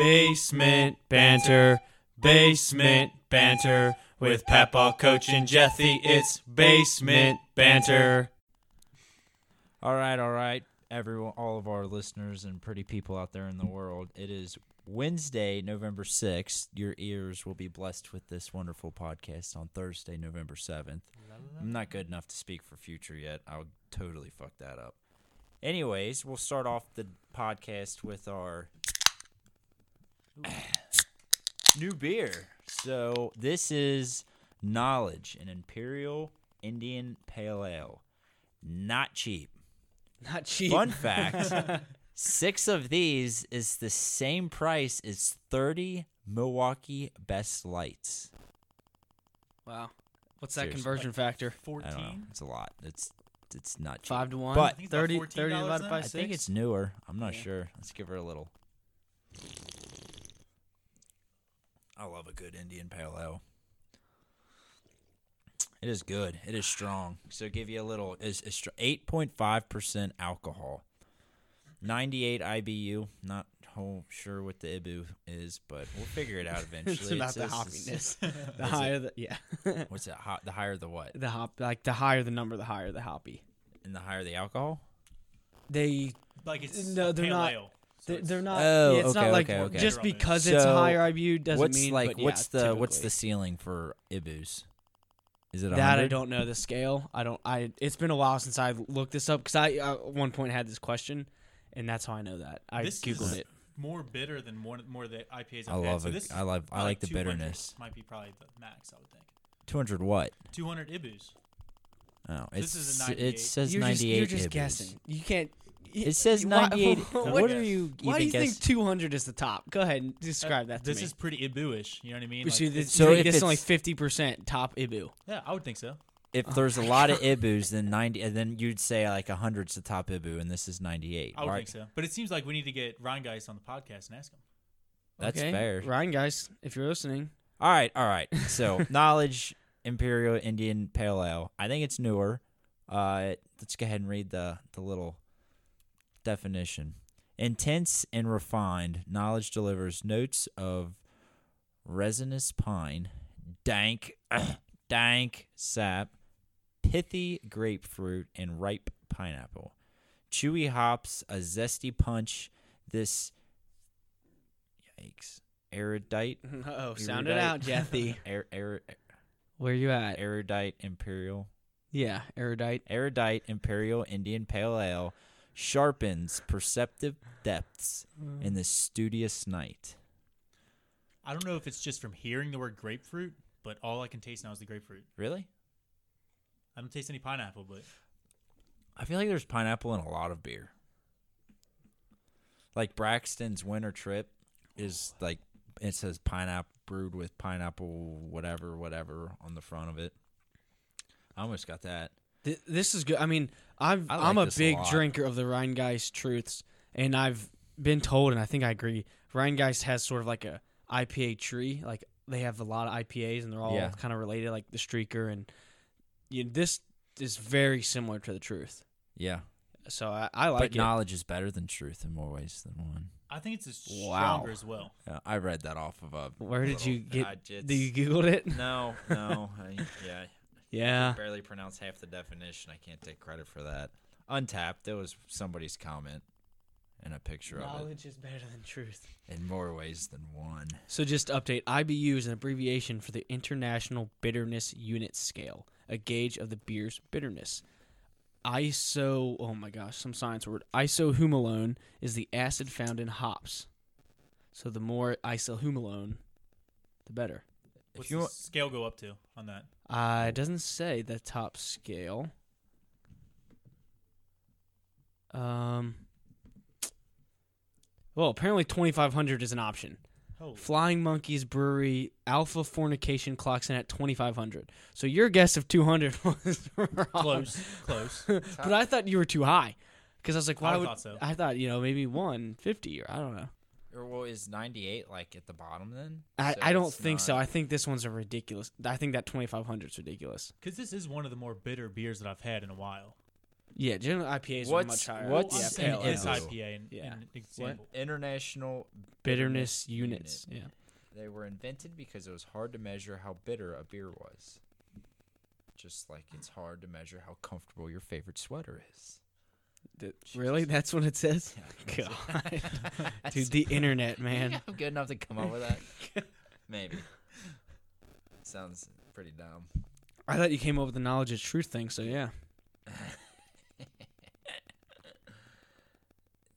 Basement banter, basement banter with Papa Coach and Jethy. It's basement banter. All right, all right, everyone, all of our listeners and pretty people out there in the world. It is Wednesday, November 6th. Your ears will be blessed with this wonderful podcast on Thursday, November 7th. I'm not good enough to speak for future yet. I'll totally fuck that up. Anyways, we'll start off the podcast with our new beer. So, this is Knowledge, an Imperial Indian Pale Ale. Not cheap. Not cheap. Fun fact six of these is the same price as 30 Milwaukee Best Lights. Wow. What's that Seriously. conversion factor? I don't know. 14? It's a lot. It's it's not cheap. Five to one. But- I think it's about 30, 14 30 dollars divided now. by I I six. think it's newer. I'm not Yeah. sure. Let's give her a little. I love a good Indian pale ale. It is good. It is strong. So give you a little. Is eight point five percent alcohol, ninety eight IBU. Not whole sure what the IBU is, but we'll figure it out eventually. it's about the it's- it's- hoppiness. the higher the yeah, What's it? Hot, the higher the what? the hop like the higher the number, the higher the hoppy. And the higher the alcohol. They Like it's No, a they're pale not- Ale. So they're, it's- they're not. Oh, yeah, it's okay, not like okay, okay. just because it's So, higher IBU doesn't what's mean like but yeah, what's the what's the typically. ceiling for ibus is it that I 100? don't know the scale. I don't. I it's been a while since I looked this up because I uh, at one point had this question, and that's how I know that I This googled is- it. more bitter than more more of the IPAs. I've i had. love so it This i love i like the 200 bitterness Might be probably the max I would think. 200 what 200 ibus. oh This it's, is a it 98. says you're 98 just, you're just Ibus. guessing. You can't. it says why- 98 What, what are you why do even you guess- think 200 is the top? Go ahead and describe that to this me. is pretty ibu-ish. You know what I mean? so Like, this, so so if this is only it's- 50% top Ibu. yeah, I would think so. if there's a lot of ibus then 90 and then you'd say like 100's the top ibu and this is 98 I would right? think so. But it seems like we need to get Rheingeist on the podcast and ask him. that's okay? fair Ryan, guys, if you're listening, All right, all right. So knowledge Imperial Indian Pale Ale. I think it's newer. Uh, let's go ahead and read the the little definition. Intense and refined, knowledge delivers notes of resinous pine, dank, dank sap, pithy grapefruit, and ripe pineapple. Chewy hops, a zesty punch. This, yikes, erudite oh, Erudite. sound it out, Jethy. Er, er, Where you at? erudite Imperial. Yeah, erudite. Erudite Imperial Indian Pale Ale sharpens perceptive depths in the studious night. I don't know if it's just from hearing the word grapefruit, but all I can taste now is the grapefruit. Really? I don't taste any pineapple, but I feel like there's pineapple in a lot of beer. Like Braxton's Winter Trip is like it says pineapple brewed with pineapple whatever whatever on the front of it. I almost got that. Th- this is good. I mean, I've, I I'm like a this a big lot. drinker of the Rheingeist truths, and I've been told, and I think I agree, Rheingeist has sort of like a IPA tree. Like, they have a lot of IPAs, and they're all Yeah. kind of related, like the Streaker, and you this is very similar to the truth. Yeah. So I, I like but it. knowledge is better than truth in more ways than one. I think it's just Wow. stronger as well. Yeah, I read that off of a. Where did little- you get- I just- Do you Googled it? Oh, no, no. I, yeah, I Yeah. barely pronounce half the definition. I can't take credit for that. Untapped. That was somebody's comment and a picture of it Knowledge is better than truth. in more ways than one. So just to update. IBU is an abbreviation for the International Bitterness Unit Scale, a gauge of the beer's bitterness. ISO, oh my gosh, some science word. Isohumolone is the acid found in hops. So the more isohumolone, the better. If What's you the want, scale go up to on that? Uh, it doesn't say the top scale. Um. Well, apparently 2500 is an option. Oh, Flying Monkeys Brewery Alpha Fornication clocks in at 2500. So your guess of 200 was wrong. close, close. But I thought you were too high cuz I was like why I would thought so. I thought, you know, maybe 150 or I don't know. or well, is ninety eight like at the bottom then? I, So I don't it's think so. not- I think this one's a ridiculous. I think that 2500 is ridiculous. Because this is one of the more bitter beers that I've had in a while. Yeah, general IPAs What's- are much higher. what's yeah, What's an pale in this ale? IPA? In, Yeah. in example? International bitterness units. Yeah. They were invented because it was hard to measure how bitter a beer was. Just like it's hard to measure how comfortable your favorite sweater is. Th- really? That's what it says? God. Dude, the internet, man. I'm good enough to come up with that. Maybe. Sounds pretty dumb. I thought you came up with the knowledge is truth thing, so yeah.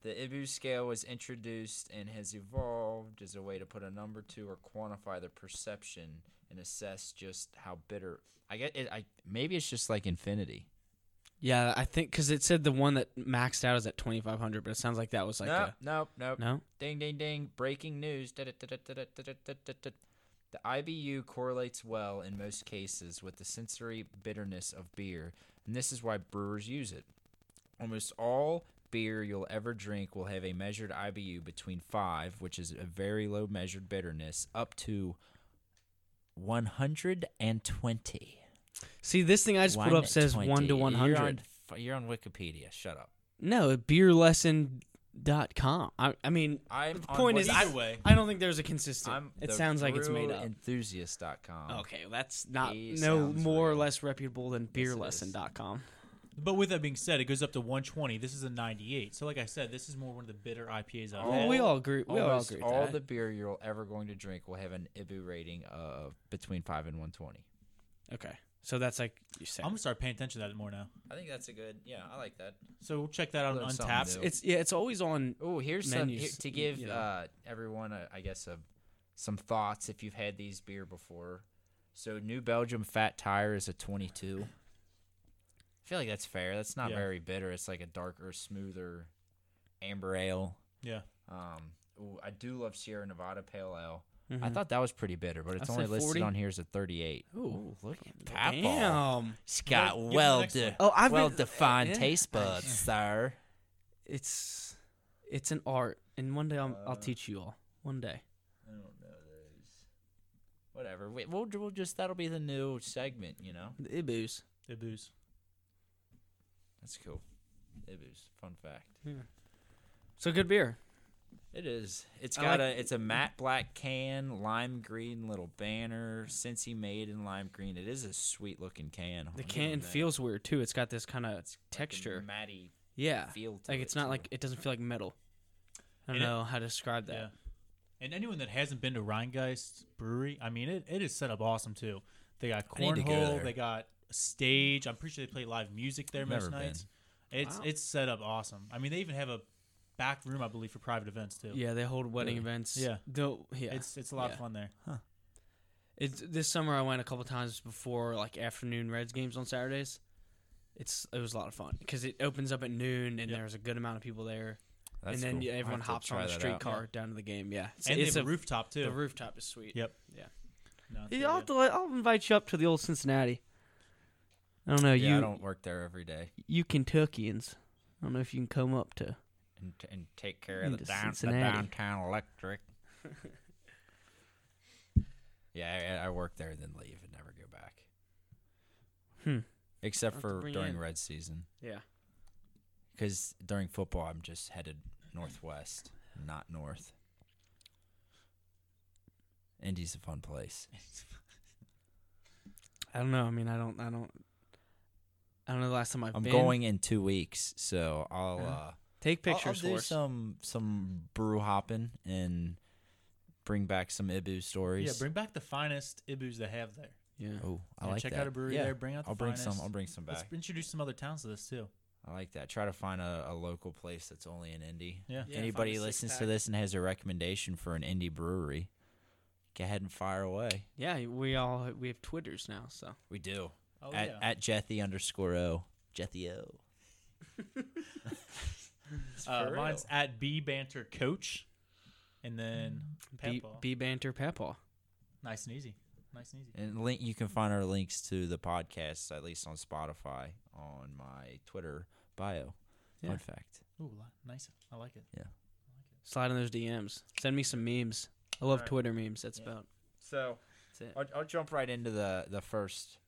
The Ibu scale was introduced and has evolved as a way to put a number to or quantify the perception and assess just how bitter. I get it. I maybe it's just like infinity. Yeah, I think because it said the one that maxed out is at 2,500, but it sounds like that was like nope, a. nope, nope. No? Ding, ding, ding. Breaking news. Da-da-da-da-da-da-da-da-da. The IBU correlates well in most cases with the sensory bitterness of beer, and this is why brewers use it. Almost all beer you'll ever drink will have a measured IBU between 5, which is a very low measured bitterness, up to 120. See, this thing I just put up says 1 to 120. 100. You're on, f- you're on Wikipedia. Shut up. No, beerlesson.com. I, I mean, I'm the on point is, I, Either way, I don't think there's a consistent. I'm it the sounds like it's made up. brewenthusiast.com. Okay, well, that's not He no sounds more or real. less reputable than Yes, it beerlesson.com. but with that being said, it goes up to 120. This is a 98. So, like I said, this is more one of the bitter IPAs I've Oh, had. Well, we all agree. We all Almost agree. With all that. the beer you're ever going to drink will have an IBU rating of between five and one twenty. Okay, so that's like you said. I'm gonna start paying attention to that more now. I think that's a good. Yeah, I like that. So we'll check that out on Learn something Untapped. new. it's yeah, it's always on. Oh, here's some here, Menus, to y- give you know. uh, everyone, a, I guess, a, some thoughts if you've had these beer before. So, New Belgium Fat Tire is a 22. I feel like that's fair. That's not Yeah. very bitter. It's like a darker, smoother amber ale. Yeah. Um, ooh, I do love Sierra Nevada Pale Ale. I Mhm. thought that was pretty bitter, but it's I only said listed 40. on here as a 38. Ooh, look damn. It's got got Give me the well well, next de- one. Oh, I've been- defined yeah, taste I- buds, sir. It's it's an art, and one day I'm, Uh. I'll teach you all. One day. I don't know those. Whatever. We, we'll, we'll just that'll be the new segment. You know, The Ibus. The booze. that's cool. It was fun fact. So good beer. It is. It's I got like- a. It's a matte black can, lime green little banner. Since he made in lime green, it is a sweet looking can. I'll The give him can that. feels weird too. It's got this kind of It's like a texture. matty Yeah, feel. To like it, it's not too. like it doesn't feel like metal. I don't And it- know how to describe Yeah. that. And anyone that hasn't been to Rheingeist Brewery, I mean, it, it is set up awesome too. They got I need to go cornhole, there. they got a stage. I'm pretty sure they play live music there most Never been. nights. It's Wow. it's set up awesome. I mean, they even have a back room, I believe, for private events too. Yeah, they hold wedding Really? events. Yeah. Though- yeah. It's it's a lot Yeah. of fun there. It's this summer I went a couple times before like afternoon Reds games on Saturdays. It's it was a lot of fun because it opens up at noon and Yep. there's a good amount of people there, That's and then cool. yeah, I'll everyone have to hops on try the that out. streetcar down to the game. Yeah, it's, and it's they a, have a rooftop too. the rooftop is sweet. Yep. Yeah. No, it's Yeah, really I'll, good. have to- I'll invite you up to the old Cincinnati. I don't know Yeah, you I don't work there every day you Kentuckians. I don't know if you can come up to. and, t- and take care Into of the, down, the Cincinnati. downtown electric. yeah, I, I work there, then leave and never go back. Hmm. Except I'll have to for bring you during in. red season, Yeah. because during football I'm just headed northwest, not north. Indy's a fun place. I don't know. I mean, I don't. I don't. I don't know the last time I've I'm been. going in two weeks, so I'll Yeah. uh, Take I'll- pictures I'll, do for us. some some brew hopping and bring back some Ibu stories. Yeah, bring back the finest ibus they have there. Yeah. Oh, I Yeah, like check that. out a brewery Yeah, there. Bring out the I'll bring some. finest. I'll bring some Let's back. introduce some other towns to this too. I like that. Try to find a, a local place that's only in indie. Yeah. Yeah, Anybody find a listens to six-pack. this and has a recommendation for an indie brewery, go ahead and fire away. Yeah, we all we have Twitters now, so We do Oh at yeah. at Jethy underscore O Jethy O. It's Uh, for mine's real. at B Banter Coach, and then B, Paintball. B banter papaw. nice and easy, nice and easy. and link. You can find our links to the podcasts at least on Spotify on my Twitter bio. Yeah. Fun fact. Ooh, li- nice. I like it. Slide in those DMs. Send me some memes. I love Alright. Twitter memes. That's Yeah. about So that's it. I'll, I'll jump right into the the first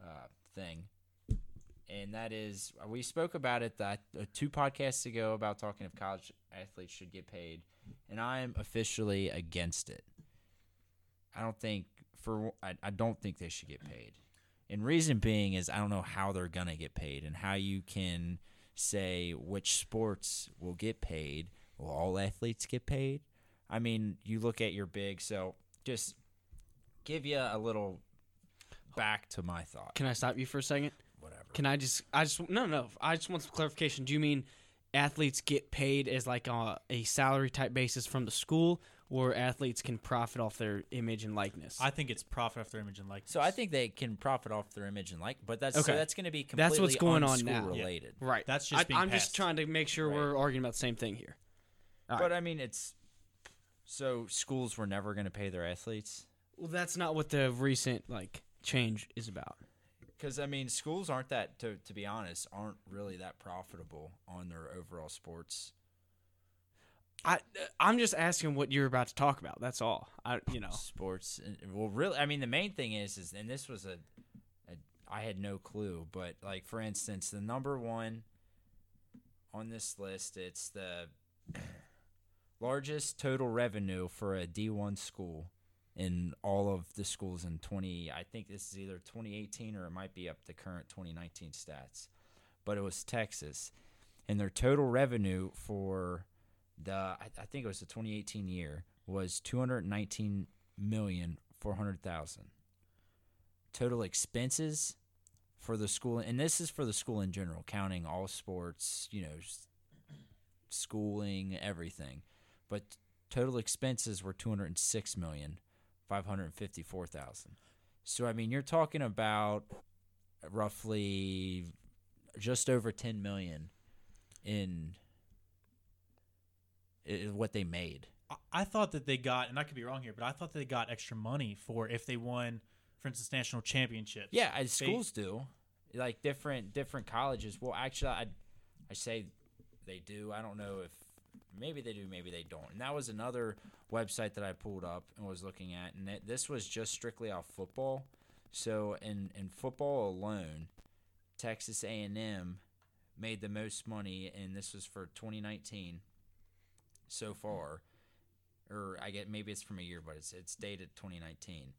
uh, thing, and that is uh, we spoke about it that uh, two podcasts ago about talking if college athletes should get paid, and I am officially against it. I don't think for I, I don't think they should get paid. And reason being is I don't know how they're gonna get paid and how you can say which sports will get paid. Will all athletes get paid? I mean, you look at your big so just give you a little back to my thought. Can I stop you for a second? Whatever. Can I just? I just no, no. I just want some clarification. Do you mean athletes get paid as like a, a salary type basis from the school, or athletes can profit off their image and likeness? I think it's profit after image and likeness. So I think they can profit off their image and like, but that's so Okay. that's going to be completely That's what's going on on now. school Yeah. related. right. That's just I, being I'm just passed. trying to make sure we're arguing about the same thing here. All But I mean, it's so schools were never going to pay their athletes Well, that's not what the recent like change is about. because I mean, schools aren't that to to be honest aren't really that profitable on their overall sports. I I'm just asking what you're about to talk about. That's all. I you know. sports. and- Well, really, I mean, the main thing is, is and this was a, a, I had no clue, but like for instance, the number one on this list, it's the largest total revenue for a D one school in all of the schools in twenty. I think this is either twenty eighteen or it might be up to current twenty nineteen stats, but it was Texas, and their total revenue for the I, I think it was the 2018 year was 219 million 400 thousand total expenses for the school and this is for the school in general counting all sports you know s- schooling everything but total expenses were 206 million 554 thousand so i mean you're talking about roughly just over 10 million in is what they made. I, I thought that they got, and I could be wrong here, but I thought they got extra money for if they won, for instance, national championships. Yeah, as They- schools do, like different different colleges. Well, actually, I I say they do. I don't know if maybe they do, maybe they don't. And that was another website that I pulled up and was looking at, and it, this was just strictly off football. So in in football alone, Texas A and M made the most money, and this was for 2019 so far. Or I get maybe it's from a year, but it's it's dated 2019.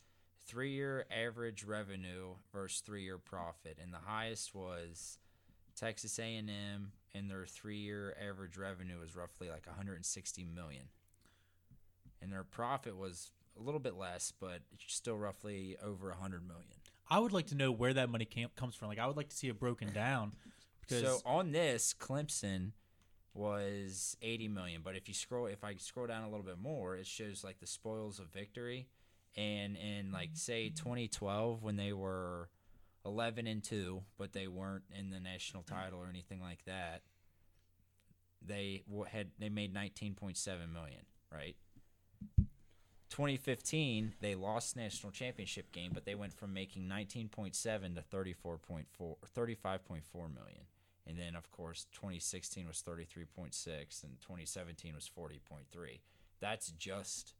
Three year average revenue versus three year profit, and the highest was Texas A and M, and their three year average revenue was roughly like 160 million, and their profit was a little bit less, but still roughly over 100 million. I would like to know where that money came, comes from. Like, I would like to see it broken down. Because So on this, Clemson was 80 million, but if you scroll, if I scroll down a little bit more, it shows like the spoils of victory, and in like say 2012 when they were 11 and two, but they weren't in the national title or anything like that. They wa- had they made 19.7 million, right? 2015, they lost national championship game, but they went from making 19.7 to 34.4, 35.4 million. And then, of course, 2016 was 33.6, and 2017 was 40.3. That's just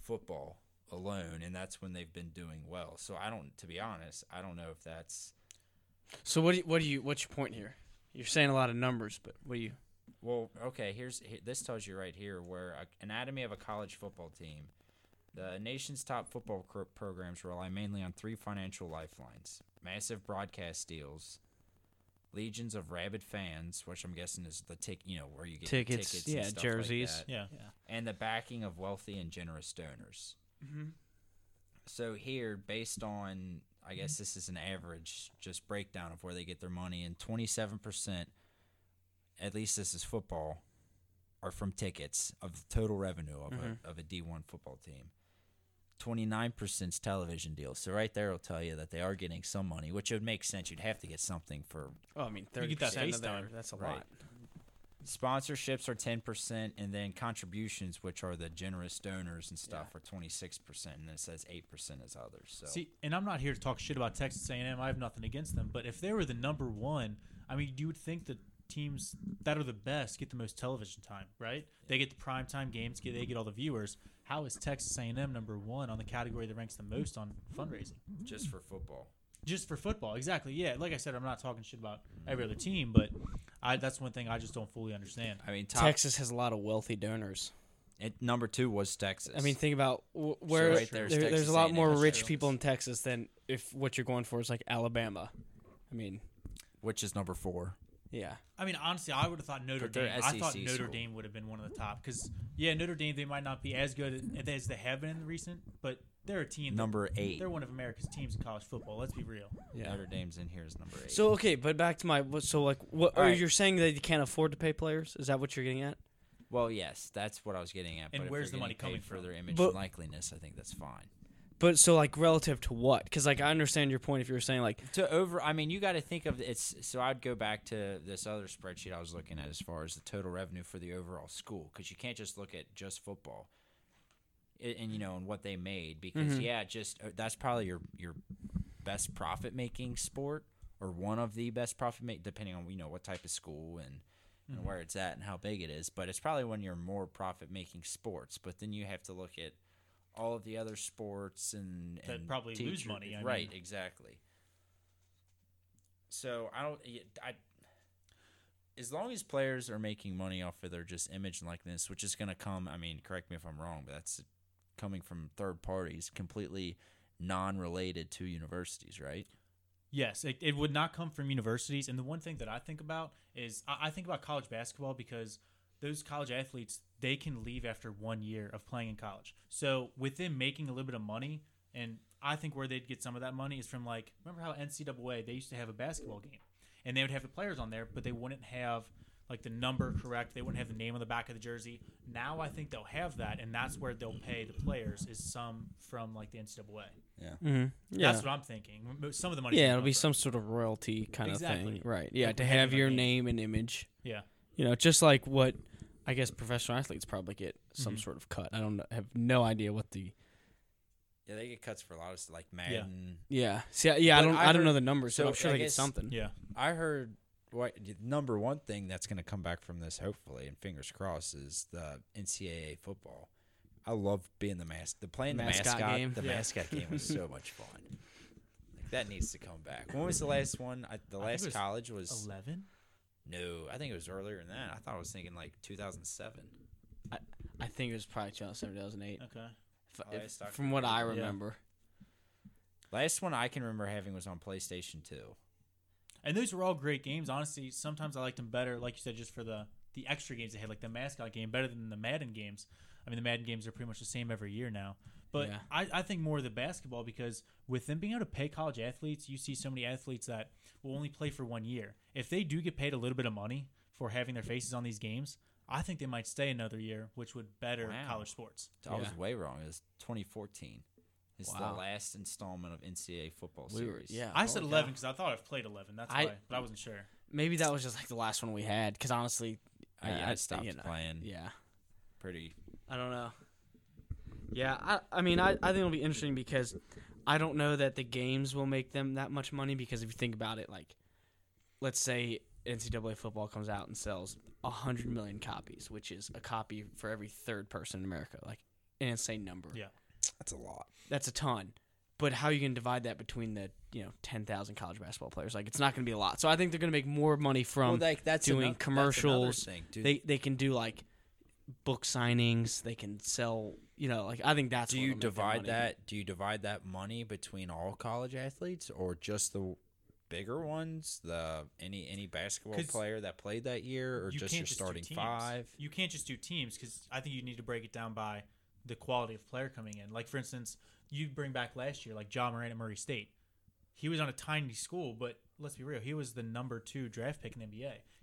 football alone, and that's when they've been doing well. So I don't, to be honest, I don't know if that's So what do you, what do you what's your point here? You're saying a lot of numbers, but what do you? Well, okay. Here's he- this tells you right here where a, anatomy of a college football team. The nation's top football cr- programs rely mainly on three financial lifelines: massive broadcast deals, legions of rabid fans, which I'm guessing is the tick, you know, where you get Tickets, tickets, and yeah, stuff like jerseys. that yeah. and the backing of wealthy and generous donors. So here, based on, I guess this is an average, just breakdown of where they get their money, and 27%, at least this is football, are from tickets of the total revenue of, a, of a D1 football team. 29% is television deals. So right there will tell you that they are getting some money, which would make sense. You'd have to get something for Oh, I mean, You thirty get that percent FaceTime. of that. That's a Right. lot. sponsorships are 10% and then contributions which are the generous donors and stuff are 26% and then it says 8% is others so See, and I'm not here to talk shit about Texas A&M. I have nothing against them, but if they were the number one, I mean, you would think the teams that are the best get the most television time, right? They get the prime time games, get they get all the viewers. How is Texas A&M number one on the category that ranks the most on fundraising just for football just for football. Exactly. Yeah. Like I said, I'm not talking shit about every other team, but I that's one thing I just don't fully understand. I mean, top Texas has a lot of wealthy donors. at number two was Texas. I mean, think about wh- where right there, there's there's Texas a lot A&M. more That's rich true. people in Texas than if what you're going for is like Alabama. I mean, which is number four. yeah, I mean, honestly, I would have thought Notre But they're Dame. I thought SEC Notre school. Dame would have been one of the top because yeah, Notre Dame they might not be as good as they have been in recent, but they're a team. that- Number eight. They're one of America's teams in college football. Let's be real. yeah. Notre Dame's in here is number eight. So okay, but back to my what- so like what All are right. you saying that you can't afford to pay players? Is that what you're getting at? well, yes, that's what I was getting at. And but if where's they're the money getting paid coming for from? their image But- and likeliness? I think that's fine. But so like relative to what? Because like I understand your point if you were saying like to over i mean you got to think of it's so i'd go back to this other spreadsheet i was looking at as far as the total revenue for the overall school because you can't just look at just football and, and you know and what they made because Mm-hmm. yeah just uh, that's probably your your best profit making sport or one of the best profit make depending on you know what type of school and Mm-hmm. and where it's at and how big it is but it's probably one of your more profit making sports but then you have to look at all of the other sports and, That and probably lose teacher- money, I right mean. exactly so I don't. I as long as players are making money off of their just image and likeness, which is going to come. I mean, correct me if I'm wrong, but that's coming from third parties, completely non-related to universities, right? Yes, it, it would not come from universities. And the one thing that I think about is I, I think about college basketball because those college athletes they can leave after one year of playing in college. So with them making a little bit of money, and I think where they'd get some of that money is from like remember how NCAA they used to have a basketball game, and they would have the players on there, but they wouldn't have like the number correct. They wouldn't have the name on the back of the jersey. Now I think they'll have that, and that's where they'll pay the players is some from like the NCAA. Mm-hmm. yeah That's what I'm thinking. Mo- Some of the money. yeah it'll be some sort of royalty kind of Exactly. thing, right? Yeah, Like, to we have have it on your me. name and image. Yeah. You know, just like what I guess professional athletes probably get some sort of cut. I don't know, have no idea what the Yeah, they get cuts for a lot of stuff, like Madden. yeah. See, I- yeah, I But don't I I, don't know heard- the numbers, so but I'm sure I they get guess- something. Yeah. I heard what the number one thing that's going to come back from this, hopefully, and fingers crossed, is the NCAA football. I love being the mas the playing the Mascot mascot. game. The Yeah. mascot game was so much fun. Like, that needs to come back. When was the last one? I, the think last it was college was Eleven. no. I think it was earlier than that. I thought I was thinking like 2007. I think it was probably 2008 Okay. if- Oh, if- it's Dr. from what I Pepper. Yeah. remember. Last one I can remember having was on PlayStation 2. And those were all great games. Honestly, sometimes I liked them better, like you said, just for the the extra games they had, like the mascot game, better than the Madden games. I mean, the Madden games are pretty much the same every year now. But Yeah. I, I think more of the basketball because with them being able to pay college athletes, you see so many athletes that will only play for one year. If they do get paid a little bit of money for having their faces on these games, I think they might stay another year, which would better Wow. college sports. I was Yeah. way wrong. It was 2014. It's Wow. the last installment of NCAA football We series. were yeah. I holy said cow. 11 because I thought I've played 11. That's Oh, I- why, but I wasn't sure. Maybe that was just like the last one we had because honestly, I, I stopped you know, playing. Yeah, Pretty. I don't know. Yeah, I, I mean, I, I think it'll be interesting because I don't know that the games will make them that much money because if you think about it, like, let's say NCAA football comes out and sells 100 million copies, which is a copy for every third person in America, like an insane number. Yeah. That's a lot. That's a ton. But how you can divide that between the, you know, 10,000 college basketball players? Like, it's not going to be a lot. So I think they're going to make more money from well, like that's doing ano- that's another commercials. thing. Do, they they can do like book signings. They can sell. You know, like I think that's. do what you will make their divide money. that? Do you divide that money between all college athletes or just the bigger ones? The any any basketball 'Cause player that played that year, or just your do starting teams. five? You can't just do teams because I think you need to break it down by the quality of player coming in. Like for instance, you bring back last year, like John Moran at Murray State. He was on a tiny school, but let's be real, he was the number two draft pick in the NBA.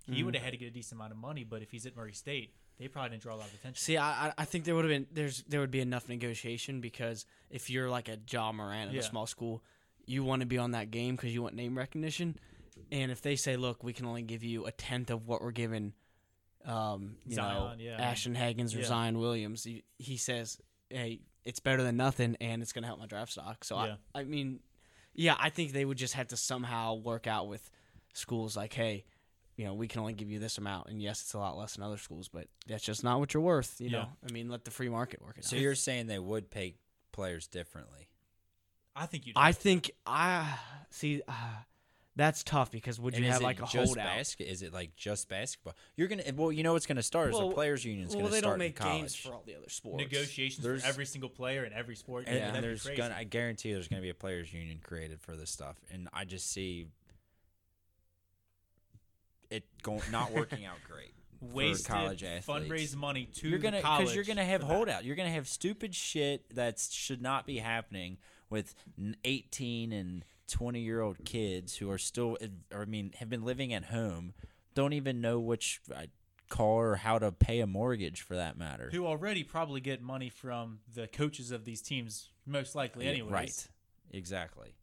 He Mm-hmm. would have had to get a decent amount of money, but if he's at Murray State, they probably didn't draw a lot of attention. See, I I- I think there would have been there's there would be enough negotiation because if you're like a John Moran of Yeah. a small school, you want to be on that game because you want name recognition, and if they say, look, we can only give you a tenth of what we're given, um, you Zion, know, yeah. Ashton Hagens or Yeah. Zion Williams, he, he says, hey, it's better than nothing, and it's gonna help my draft stock. So Yeah. I I mean, yeah, I think they would just have to somehow work out with schools like, hey. You know, we can only give you this amount, and yes, it's a lot less than other schools, but that's just not what you're worth. You Yeah. know, I mean, let the free market work it So out. you're saying they would pay players differently? I think you. I think I see. Uh, that's tough because would you And is have it like a just holdout? basket? Is it like just basketball? You're gonna well, you know what's gonna start is Well, the players' union's well, gonna they start don't make in college. games for all the other sports. negotiations There's- for every single player in every sport. and, yeah, and that'd be there's crazy. gonna I guarantee there's gonna be a players' union created for this stuff, and I just see it going not working out great. wasted college athletes. fundraise money to you're gonna the college you're gonna have for that. holdout. You're gonna have stupid shit that should not be happening with n- 18 and 20 year old kids who are still, or I mean, have been living at home, don't even know which uh, car or how to pay a mortgage for that matter. who already probably get money from the coaches of these teams, most likely. Yeah, Anyways, right? Exactly.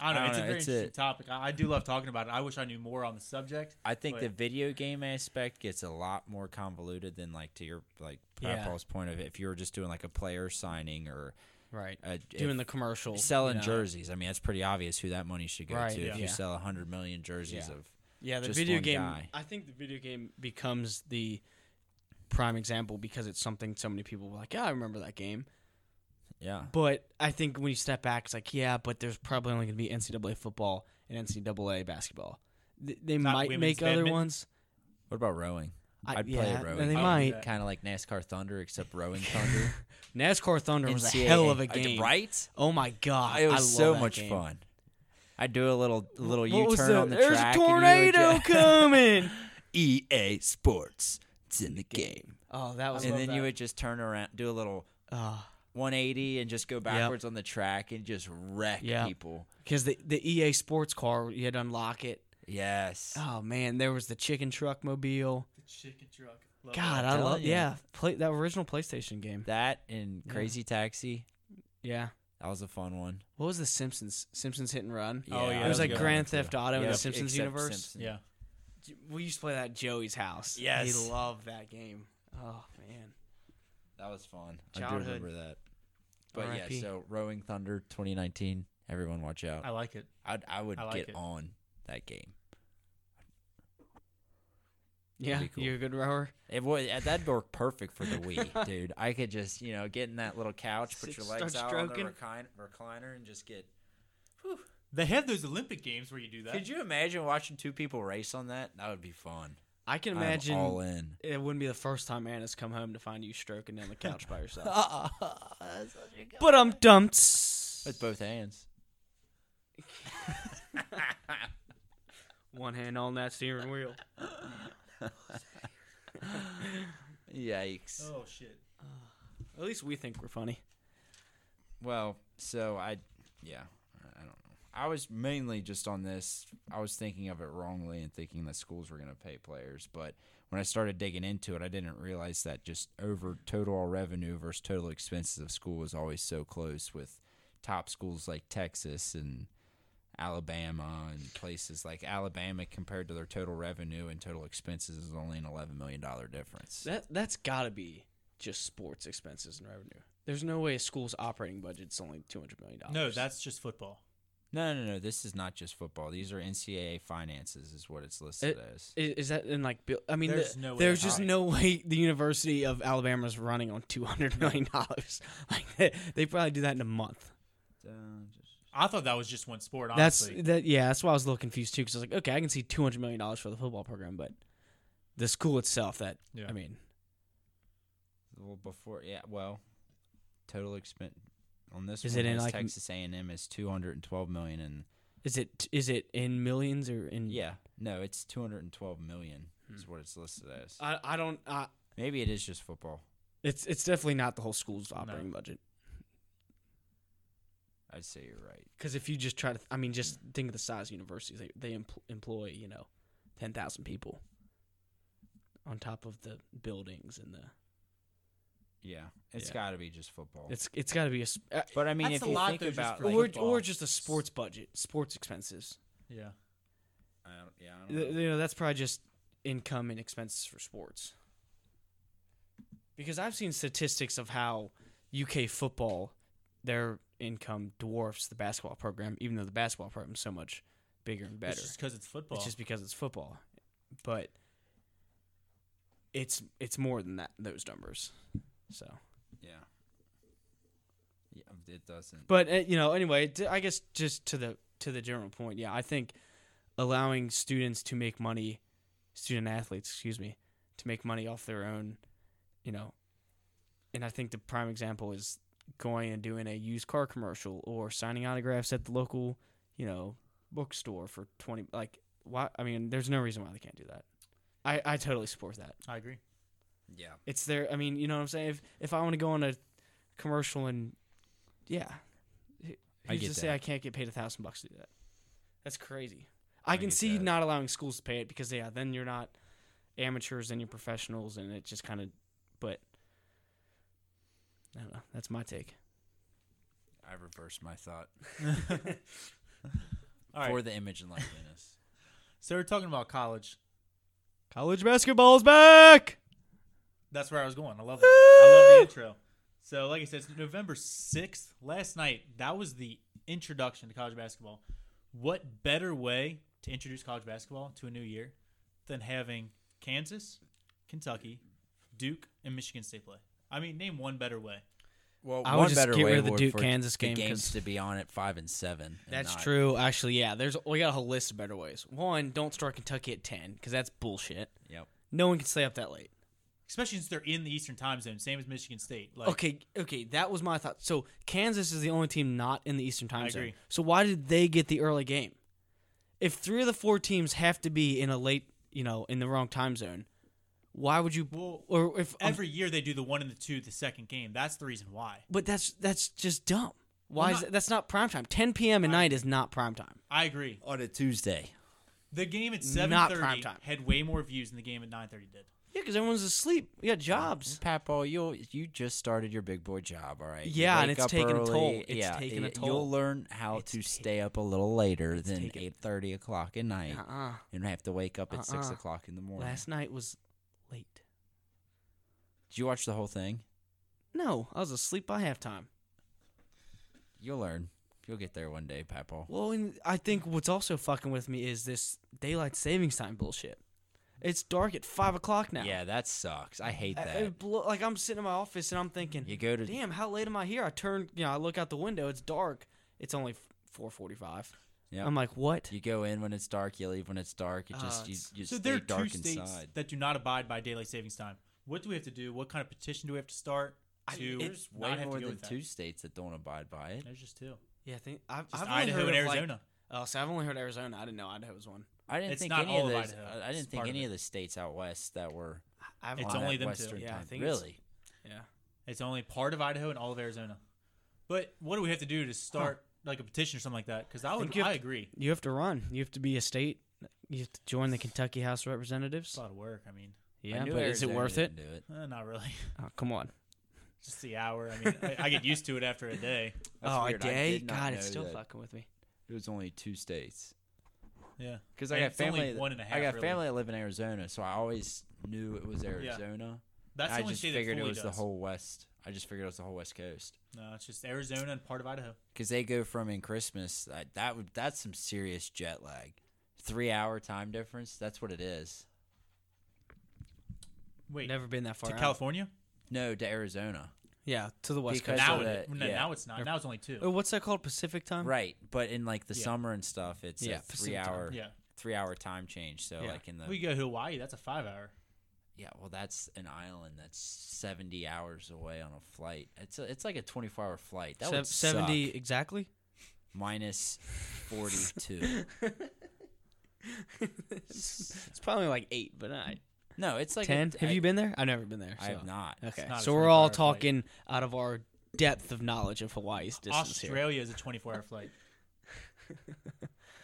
I don't know. I it's don't a know, very it's interesting a- topic. I, I do love talking about it. I wish I knew more on the subject. I think But- the video game aspect gets a lot more convoluted than like to your like Yeah. Paul's point of if you were just doing like a player signing or right? a, Doing if- the commercial, selling you know. jerseys. I mean, it's pretty obvious who that money should go Right, to if yeah. you sell 100 million jerseys Yeah. of. Yeah, the just video one game. guy. I think the video game becomes the prime example because it's something so many people were like, "Yeah, I remember that game." Yeah. But I think when you step back, it's like, yeah, but there's probably only going to be NCAA football and NCAA basketball. Th- they Not might women's make other badminton? ones. What about rowing? I, I'd play yeah, rowing. Oh, and they I would do might. that. Kind of like NASCAR Thunder, except rowing Thunder. NASCAR Thunder was a NCAA. hell of a Uh, game, right? Oh my god, It was I love so that much game. fun. I do a little little What U was turn the, on the there's track. a and you would tornado ju- coming. EA E Sports. It's in the game. Oh, that was And then you would just turn around, do a little oh. 180, and just go backwards on the track and just wreck Yep. people. because the the EA Sports car you had to unlock it. Yes. Oh man, there was the chicken truck mobile. The chicken truck. God, I Oh, telling love ya. yeah. Play that original PlayStation game. That and Crazy Taxi. Yeah. That was a fun one. What was the Simpsons? Simpsons Hit and Run. Oh, yeah, it was that was a like good Grand Theft Auto in Yeah, the Simpsons except universe. Simpsons. Yeah. We used to play that at Joey's house. Yes. he loved that game. Oh man, That was fun. I Childhood. do remember that. But R.I.P.. yeah, so Rowing Thunder 2019. Everyone watch out. I like it. I'd, I would I like get it. on that game. yeah, Pretty cool. you're a good rower. It would that'd work perfect for the Wii, dude. I could just you know get in that little couch, put Sit- your legs start out on the stroking. reclin- recliner, and just get. They have those Olympic games where you do that. Could you imagine watching two people race on that? That would be fun. I can I'm imagine all in. it wouldn't be the first time Anna's come home to find you stroking down the couch by yourself. With But I'm dumped. both hands. One hand on that steering wheel. Yikes. Oh shit. At least we think we're funny. Well, so I, yeah, I- I don't know. I was mainly just on this. I was thinking of it wrongly and thinking that schools were going to pay players, but when I started digging into it, I didn't realize that just over total revenue versus total expenses of school was always so close with top schools like Texas and Alabama and places like Alabama compared to their total revenue and total expenses is only an eleven million dollar difference. That that's gotta be just sports expenses and revenue. There's no way a school's operating budget's only two hundred million dollars. No, that's just football. No, no, no. This is not just football. These are NCAA finances, is what it's listed as. I- is, that in like bill- I mean, the- There's no way there's that's just right. no way the University of Alabama's running on two hundred million dollars. like they, they probably do that in a month. uh, I thought that was just one sport. Honestly, That's that. Yeah, that's why I was a little confused too. Because I was like, okay, I can see two hundred million dollars for the football program, but the school itself. That Yeah. I mean, well, before, yeah, well, total expense on this Is one it in, is like, m- Texas A&M is 212 million and is it is it in millions or in? yeah, no, it's 212 million is what it's listed as. I I don't. I, Maybe it is just football. it's it's definitely not the whole school's operating budget. I'd say you're right. Because if you just try to, I mean, just think of the size of universities. They they empl- employ you know, ten thousand people. On top of the buildings and the, Yeah, it's Yeah. got to be just football. it's it's got to be a, s- uh, but I mean, That's if a you lot, think though, just about for like, or football. or just a sports budget, sports expenses. yeah. I don't, yeah, I don't Th- know. You know, that's probably just income and expenses for sports. Because I've seen statistics of how UK football, their income dwarfs the basketball program, even though the basketball program's so much bigger and better. It's just because it's football. It's just because it's football, but it's it's more than that those numbers. So yeah. Yeah, it doesn't. But uh, you know, anyway, d- I guess just to the to the general point, yeah, I think allowing students to make money, student athletes, excuse me, to make money off their own, you know, and I think the prime example is going and doing a used car commercial or signing autographs at the local, you know, bookstore for twenty. Like, why? I mean, there's no reason why they can't do that. I I totally support that. I agree. Yeah. It's their. I mean, you know what I'm saying. If if I want to go on a commercial and yeah, Who- I who's get to say that. I can't get paid a thousand bucks to do that? That's crazy. I, I can get see that. not allowing schools to pay it because yeah, then you're not amateurs, then you're professionals, and it just kind of. But I don't know. That's my take. I reversed my thought All right. for the image and likeness. so we're talking about college. College basketball's back. That's where I was going. I love it. I love the intro. So, like I said, it's November 6th. Last night, that was the introduction to college basketball. What better way to introduce college basketball to a new year than having Kansas, Kentucky, Duke, and Michigan State play? I mean, name one better way. Well, I would one just better get way rid of the would Duke for Kansas the game 'cause- games to be on at five and seven. and That's not- true. Actually, yeah. There's we got a whole list of better ways. One, don't start Kentucky at ten because that's bullshit. Yep. No one can stay up that late. Especially since they're in the Eastern time zone, same as Michigan State. Like, Okay, okay, that was my thought. So Kansas is the only team not in the Eastern Time I Zone. agree. So why did they get the early game? If three of the four teams have to be in a late, you know, in the wrong time zone, why would you? Well, or if um, I'm- every year they do the one and the two, the second game. That's the reason why. but that's that's just dumb. Why Well, is not- that, that's not prime time? 10 p.m. at night is not prime time. I agree. On a Tuesday. The game at Not 7:30 primetime. had way more views than the game at 9:30 did. Yeah, because everyone's asleep. We got jobs. Papo, you you just started your big boy job, all right? You Yeah, and wake it's up taking a toll. early. It's yeah, taking a y- toll. You'll learn how It's to ta- stay up a little later than taking- eight thirty o'clock at night, Uh-uh. and have to wake up at six Uh-uh. o'clock in the morning. Last night was late. Did you watch the whole thing? No, I was asleep by halftime. You'll learn. You'll get there one day, Papo. Well, and I think what's also fucking with me is this daylight savings time bullshit. It's dark at five o'clock now. Yeah, that sucks. I hate I- that. it blo- like I'm sitting in my office and I'm thinking, you go to damn, how late am I here? I turn, you know, I look out the window. It's dark. It's only four forty-five. Yeah. I'm like, what? you go in when it's dark. You leave when it's dark. It Uh, just you, it's- you so stay there are dark two states inside. that do not abide by daylight savings time. What do we have to do? What kind of petition do we have to start I- to There's not way have more to go than with that? two states that don't abide by it. There's just two. Yeah, I think I've, Just I've only Idaho heard and of, like- Arizona. oh, so I've only heard Arizona. I didn't know Idaho was one. I didn't It's think not any of all of those. Idaho. I- I It's didn't think part of any it. of the states out west that were. I've It's on only that them two. western Yeah, I time. think it's- really. yeah. It's only part of Idaho and all of Arizona. But what do we have to do to start like a petition or something like that? Because I would, think you have I to- agree. You have to run. You have to be a state. You have to join the Kentucky House of Representatives. It's a lot of work. I mean, I Yeah, knew but is it Arizona worth it? didn't do it. eh, not really. Oh, come on. just the hour. I mean, I, I get used to it after a day. That's oh, weird. a I day? did not God, it's know still that fucking with me. It was only two states. Yeah. Because I And got it's only family. that- one and a half, I got really. family that live in Arizona, so I always knew it was Arizona. That's I the only just state that figured it fully was the does. whole west. I just figured it was the whole west coast. No, it's just Arizona and part of Idaho. Because they go from in Christmas I, that would that's some serious jet lag. Three hour time difference. That's what it is. Wait, Never been that far. to out. California? No, to Arizona. Yeah, to the west Because coast. Now, of it, the- no, yeah. now it's not. Now it's only two. Oh, what's that called? Pacific time? Right, but in like the Yeah. summer and stuff, it's Yeah, a three Pacific time. hour Yeah. three hour time change. So Yeah. like in the We go to Hawaii. That's a five hour. yeah, well that's an island that's seventy hours away on a flight. It's a, it's like a twenty four hour flight. That Se- would suck. Seventy exactly. minus 42. It's probably like eight, but I no, it's like a- ten. have I- you been there? I've never been there. I have so- uh, not. Okay, not a so we're all 24 hour flight. talking out of our depth of knowledge of Hawaii's distance here. Australia is a 24 hour flight.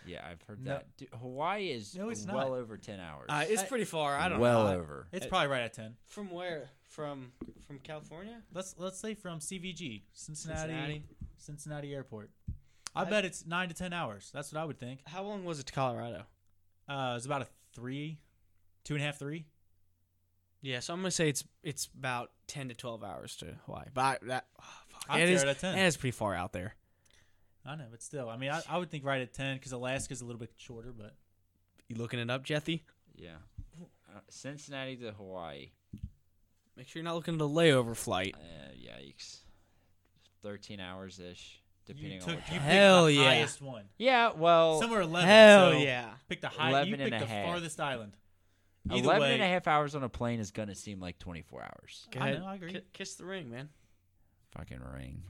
Yeah, I've heard No. that. Dude, Hawaii is No, it's well not. over 10 hours. Uh, it's pretty far. I don't well uh, know. over. It's probably right at 10. From where? From from California? Let's let's say from CVG, Cincinnati, Cincinnati, Cincinnati. Airport. I, I- bet it's nine to 10 hours. That's what I would think. How long was it to Colorado? Uh, it's about a three, two and a half, three. Yeah, so I'm gonna say it's it's about ten to twelve hours to Hawaii. But I, that oh, fuck. I'd It say is- right at 10. That is pretty far out there. I know, but still, I mean, I, I would think right at 10 because Alaska's a little bit shorter, but You looking it up, Jethy? yeah. Uh, Cincinnati to Hawaii. Make sure you're not looking at a layover flight. Uh, yikes. thirteen hours ish, depending you on took which. you picked Hell the yeah. highest one. yeah, well, Somewhere eleven. Hell so yeah. Pick the high. 11 You and pick a the half. farthest island. Either 11 way, and a half hours on a plane is gonna seem like twenty four hours. Go I ahead. know, I agree. Ki- kiss the ring, man. Fucking rain.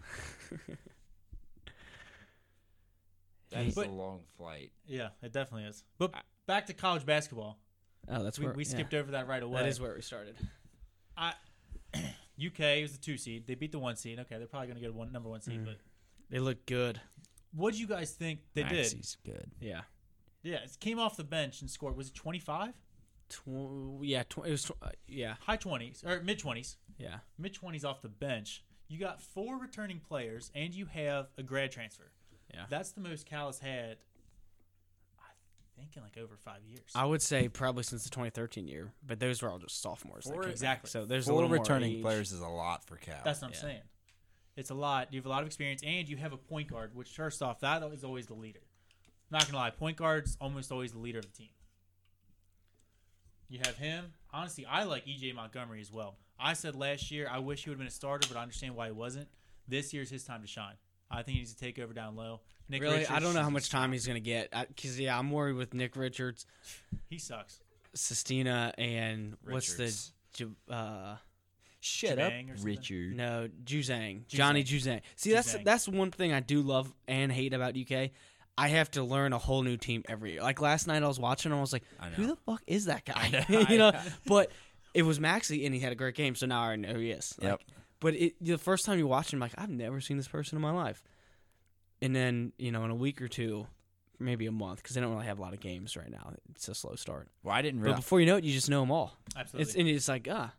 That's But- a long flight. Yeah, it definitely is. But back to college basketball. Oh, that's We, where we skipped over that right away. That is where we started. UK was the two seed. They beat the one seed. Okay, they're probably going to get a one number one seed. Mm. But They look good. what do you guys think they did? Maxi's good. Yeah. Yeah, it came off the bench and scored. Was it twenty five? Tw- yeah. Tw- it was. Tw- uh, yeah. High twenties or mid twenties? Yeah. Mid twenties off the bench. You got four returning players and you have a grad transfer. Yeah. that's the most Cal has had. I think in like over five years. I would say probably since the 2013 year, but those were all just sophomores. that Four- came back. exactly. So there's a Four little more returning age. players is a lot for Cal. That's what I'm Oh, Yeah. saying. It's a lot. You have a lot of experience, and you have a point guard, which first off, that is always the leader. Not gonna lie, point guard's almost always the leader of the team. You have him. Honestly, I like EJ Montgomery as well. I said last year I wish he would have been a starter, but I understand why he wasn't. This year's his time to shine. I think he needs to take over down low. Nick Really, I Richards, don't know how much time he's gonna get. Because yeah, I'm worried with Nick Richards, He sucks. Sestina, and what's Richards. the Ju- uh, Shut up, Jabang or something? Richard. no Juzang, Johnny Juzang. See, that's Juzang. that's one thing I do love and hate about UK. I have to learn a whole new team every year. Like last night, I was watching, and I was like, I "Who know. the fuck is that guy?" know. you know, but it was Maxi, and he had a great game, so now I already know who he is. Like, Yep. But it, the first time you watch him, like I've never seen this person in my life. And then you know, in a week or two, maybe a month, because they don't really have a lot of games right now. It's a slow start. Well, I didn't But realize. before you know it, you just know them all. Absolutely. It's and it's like ah,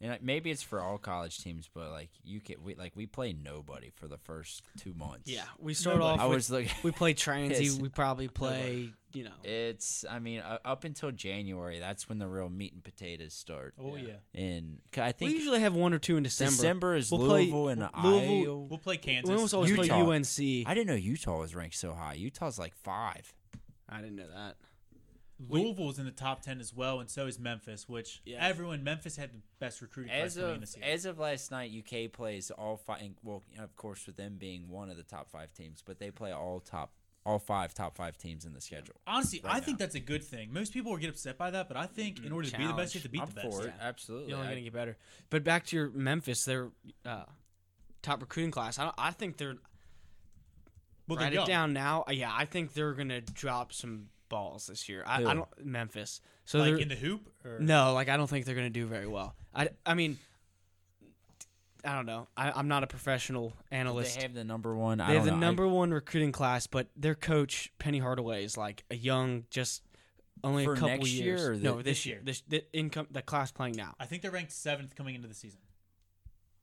And like, maybe it's for all college teams, but like you can, we like we play nobody for the first two months. yeah. We start Nobody. off. I with, was like, we play transy. Yes. We probably play. You know. it's. I mean, uh, up until January, that's when the real meat and potatoes start. oh yeah. And 'cause I think we usually have one or two in December. December is We'll play Louisville and Louisville- Iowa. We'll play Kansas. We almost always Utah. play UNC. I didn't know Utah was ranked so high. Utah's like five. I didn't know that. Louisville's in the top ten as well, and so is Memphis, which Yeah. everyone Memphis had the best recruiting class As coming in of this year. as of last night, UK plays all five. Well, you know, of course, with them being one of the top five teams, but they play all top all five top five teams in the schedule. Honestly, right I think that's a good thing. Most people will get upset by that, but I think in order to be the best, you have to beat I'm the best. for it. Yeah. Absolutely. You're only I- gonna get better. But back to your Memphis, their uh, top recruiting class. I don't, I think they're Well, they're write it young. down now. Uh, Yeah, I think they're gonna drop some balls this year. I, Who? I don't Memphis. So like they're in the hoop. Or, no, like I don't think they're gonna do very well. I, I mean, I don't know. I, I'm not a professional Do analyst. They have the number one. I They have don't the know. I- number one recruiting class, but their coach Penny Hardaway is like a young, just only For a couple next year years. or no, the- this, this year, year? this the income the class playing now. I think they're ranked seventh coming into the season.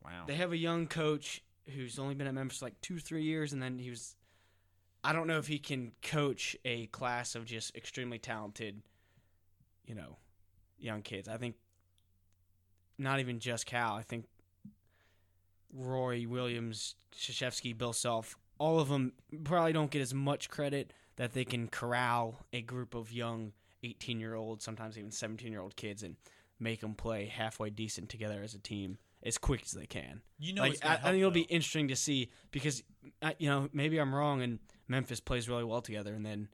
Wow. They have a young coach who's only been at Memphis like two, three years, and then he was. I don't know if he can coach a class of just extremely talented, you know, young kids. I think not even just Cal. I think Roy Williams, Shashevsky, Bill Self, all of them probably don't get as much credit that they can corral a group of young 18 year old, sometimes even 17 year old kids and make them play halfway decent together as a team as quick as they can. You know, like it's I, gonna I help, think it'll be though. interesting to see because I, you know maybe I'm wrong and Memphis plays really well together and then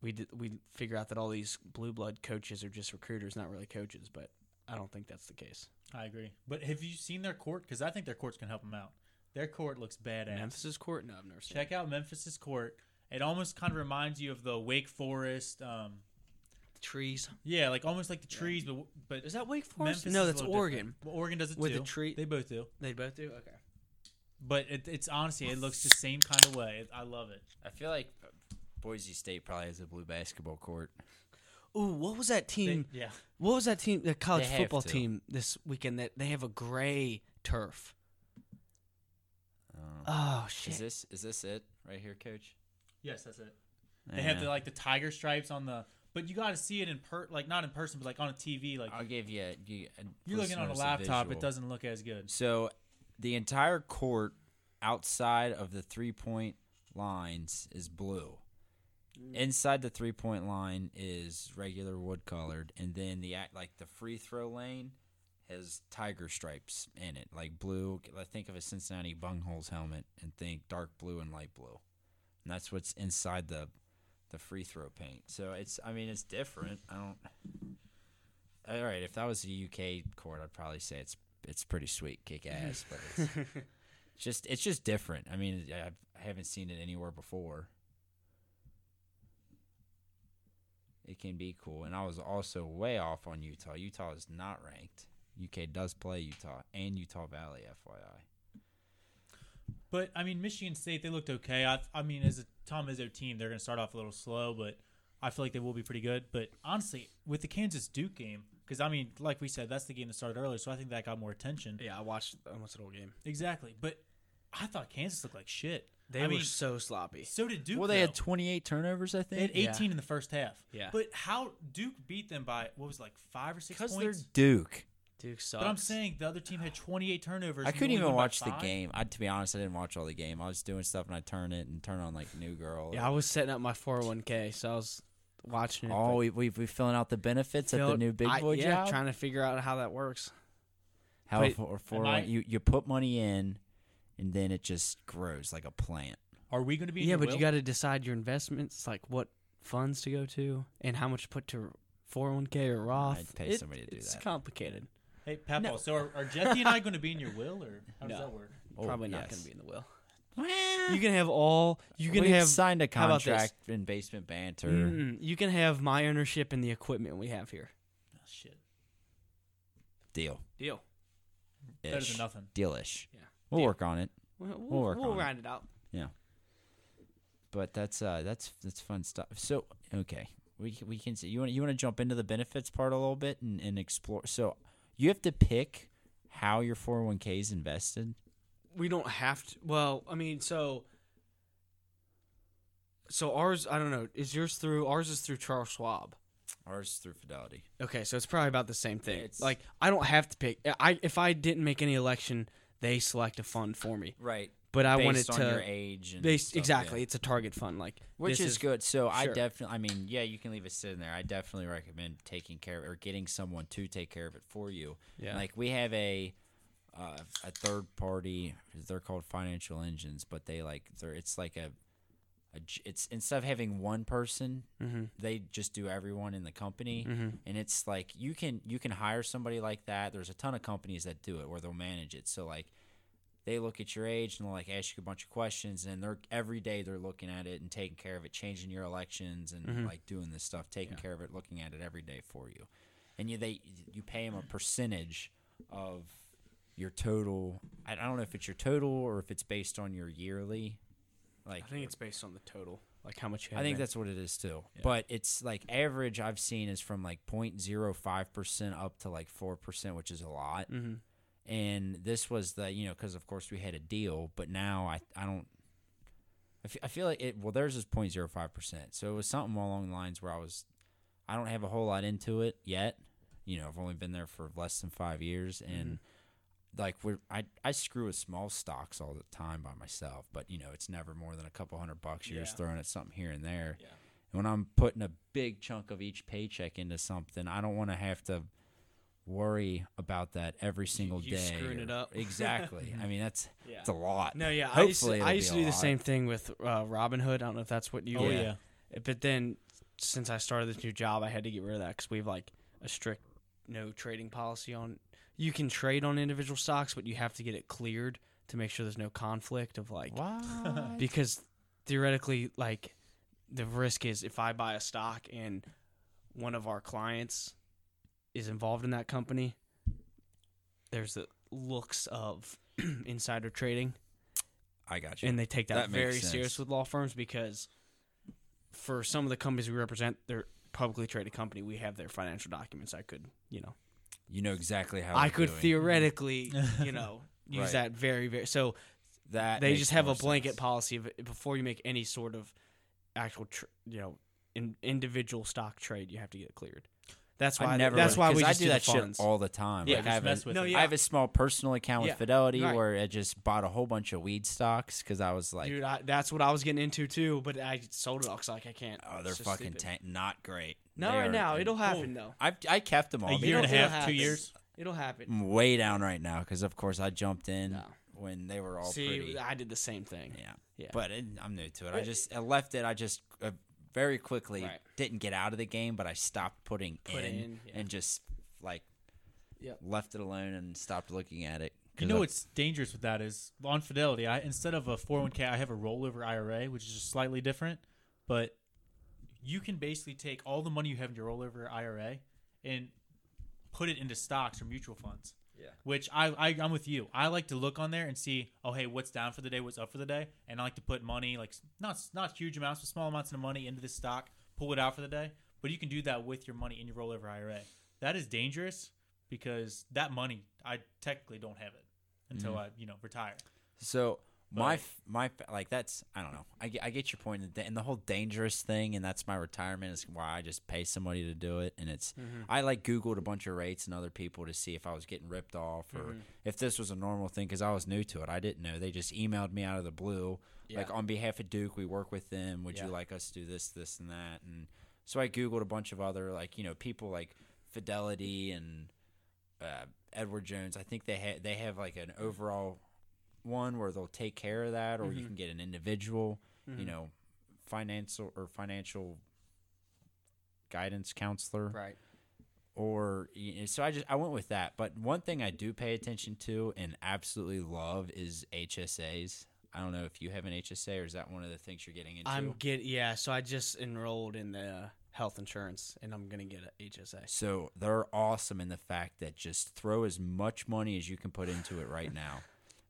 we d we figure out that all these blue blood coaches are just recruiters, not really coaches. But I don't think that's the case. I agree. But have you seen their court? Because I think their court's gonna help them out. Their court looks badass. Memphis's court? No, I've never seen. Check out Memphis's court. It almost kind of reminds you of the Wake Forest. Um, it. trees. yeah, like almost like the trees, but but Is that Wake Forest? Memphis is no, a that's little different. Oregon. Well, Oregon does it With too. the tree- They both do. They both do. Okay. But it, it's honestly, it looks the same kind of way. I love it. I feel like Boise State probably has a blue basketball court. Ooh, what was that They- team? yeah. What was that team? The college They have football to. team this weekend that they have a gray turf. Um, Oh is shit! this is this it right here, Coach? Yes, that's it. They have Yeah. the like the tiger stripes on the, but you got to see it in per like not in person, but like on a TV. Like I'll give you. you you're looking on a listeners laptop, it visual. doesn't look as good. So the entire court outside of the three point lines is blue. Inside the three point line is regular wood colored, and then the act like the free throw lane has tiger stripes in it, like blue. I think of a Cincinnati Bungholes helmet and think dark blue and light blue, and that's what's inside the the free throw paint. So it's, I mean, it's different. I don't. All right, if that was a UK court, I'd probably say it's it's pretty sweet, kick ass, but it's just it's just different. I mean, I've, I haven't seen it anywhere before. It can be cool, and I was also way off on Utah. Utah is not ranked. UK does play Utah and Utah Valley, FYI. But I mean, Michigan State they looked okay. I, I mean, as a Tom Izzo team, they're going to start off a little slow, but I feel like they will be pretty good. But honestly, with the Kansas Duke game, because I mean, like we said, that's the game that started earlier, so I think that got more attention. Yeah, I watched almost the whole game. Exactly. But I thought Kansas looked like shit. They I were mean, so sloppy. so did Duke. Well, they had though. 28 turnovers, I They had think. Yeah. 18 in the first half. Yeah. But how Duke beat them by what was it, like five or six Because they're points? Duke. Duke sucks. But I'm saying the other team had 28 turnovers. I and couldn't only even won by watch the five. game. I, to be honest, I didn't watch all the game. I was doing stuff and I turn it and turn on like New Girl. Yeah, I was setting up my 401k, so I was watching it. Oh, but we we we filling out the benefits at the felt- new big I- boy yeah, job. trying to figure out how that works. How Wait, for, for am I- you you put money in, and then it just grows like a plant. Are we going to be? Yeah, in but your you will? got to decide your investments, like what funds to go to and how much to put to 401k or Roth. I'd pay somebody to do it's that. complicated. Hey, Papaw. So are, are Jeffy and I going to be in your will, or how does No. that work? Oh, Probably not yes. going to be in the will. Well, You can have all. You can we've have. signed a how about this? contract in basement banter. Mm, you can have my ownership in the equipment we have here. Oh, shit, Deal. Deal. better Ish. than nothing. Dealish. Yeah. We'll Deal. work on it. We'll, we'll, work we'll on it. round it out. But that's uh that's that's fun stuff. So okay, we c- we can see you want you want to jump into the benefits part a little bit and, and explore. So you have to pick how your four hundred one k is invested. we don't have to well i mean so so ours i don't know is yours through ours is through charles schwab Ours through Fidelity. okay so it's probably about the same thing It's- like i don't have to pick i if i didn't make any election they select a fund for me Right. but i based wanted on to your age and based stuff, yeah. exactly it's a target fund like Which this is, good. So I sure. definitely, I mean, yeah, you can leave it sitting there. I definitely recommend taking care of or getting someone to take care of it for you. Yeah. Like we have a uh, a third party. They're called financial engines, but they like they're it's like a, a j- it's instead of having one person, Mm-hmm. they just do everyone in the company, and it's like you can you can hire somebody like that. There's a ton of companies that do it where they'll manage it. So like they look at your age and they'll like ask you a bunch of questions and they're every day they're looking at it and taking care of it changing your elections and like doing this stuff taking care of it looking at it every day for you and you they you pay them a percentage of your total i I don't know if it's your total or if it's based on your yearly like i think it's based on the total like how much you have I think in. that's what it is too. But it's like average I've seen is from like 0.05% up to like 4%, which is a lot. And this was the, you know, because of course we had a deal, but now I, I don't, I fe- I feel like it, well, theirs is 0.05%. So it was something along the lines where I was, I don't have a whole lot into it yet. You know, I've only been there for less than five years and like we're I, I screw with small stocks all the time by myself, but you know, it's never more than a couple hundred bucks. You're just throwing at something here and there. And when I'm putting a big chunk of each paycheck into something, I don't want to have to worry about that every single you day. screwing it up. exactly. I mean that's Yeah. it's a lot. no yeah i used Hopefully to, it'll I be used to a do the lot. same thing with uh, robin hood i don't know if that's what you Oh did. yeah. But then, since I started this new job, I had to get rid of that because we have like a strict no trading policy on. You can trade on individual stocks, but you have to get it cleared to make sure there's no conflict of like What? because theoretically, like the risk is if I buy a stock and one of our clients is involved in that company, there's the looks of insider trading I got you. and they take that, That makes very sense. serious with law firms because for some of the companies we represent, they're publicly traded company. We have their financial documents. I could, you know, you know exactly how I we're could doing. theoretically, you know, use Right. that very very. So that they makes just have more a blanket sense. policy of before you make any sort of actual, tr- you know, in, individual stock trade, you have to get it cleared. That's I why. never that's would- why 'cause we I just do do the that shit funds. all the time. Yeah, Like, just I have a- mess with No, it. yeah. I have a small personal account Yeah, with Fidelity right. where I just bought a whole bunch of weed stocks because I was like, Dude, I, that's what I was getting into too, but I sold it all because like I can't. oh, they're It's just fucking stupid. ta- not great. Not They right are- now. they- It'll happen though. I've, I kept them all. A They year and a don't- it'll half, two happen. years. It'll happen. I'm way down right now because, of course, I jumped in No. when they were all See, pretty. I did the same thing. yeah. Yeah. But it, I'm new to it. I just I left it. I just uh, very quickly Right. didn't get out of the game, but I stopped putting in, Put in, yeah. and just like Yep. left it alone and stopped looking at it. You 'Cause know I- what's dangerous with that is on Fidelity. I instead of a 401k, I have a rollover IRA, which is just slightly different, but you can basically take all the money you have in your rollover IRA and put it into stocks or mutual funds. Yeah. Which I, I I'm with you. I like to look on there and see, oh hey, what's down for the day, what's up for the day, and I like to put money like not not huge amounts, but small amounts of money into this stock, pull it out for the day. But you can do that with your money in your rollover IRA. That is dangerous because that money I technically don't have it until I you know retire. So my But- f- my f- like that's I don't know. I get, I get your point and the- and the whole dangerous thing and that's my retirement is why I just pay somebody to do it and it's Mm-hmm. I like googled a bunch of rates and other people to see if I was getting ripped off or Mm-hmm. if this was a normal thing cuz I was new to it. I didn't know. They just emailed me out of the blue like Yeah. on behalf of Duke, we work with them. Would Yeah. you like us to do this this and that and so I googled a bunch of other like, you know, people like Fidelity and uh, Edward Jones. I think they had they have like an overall one where they'll take care of that, or Mm-hmm. you can get an individual, you know, financial or financial guidance counselor, Right. or you know, so I just I went with that. But one thing I do pay attention to and absolutely love is HSAs. I don't know if you have an HSA or is that one of the things you're getting into. I'm get yeah. So I just enrolled in the health insurance, and I'm gonna get a HSA. So they're awesome in the fact that just throw as much money as you can put into it right now.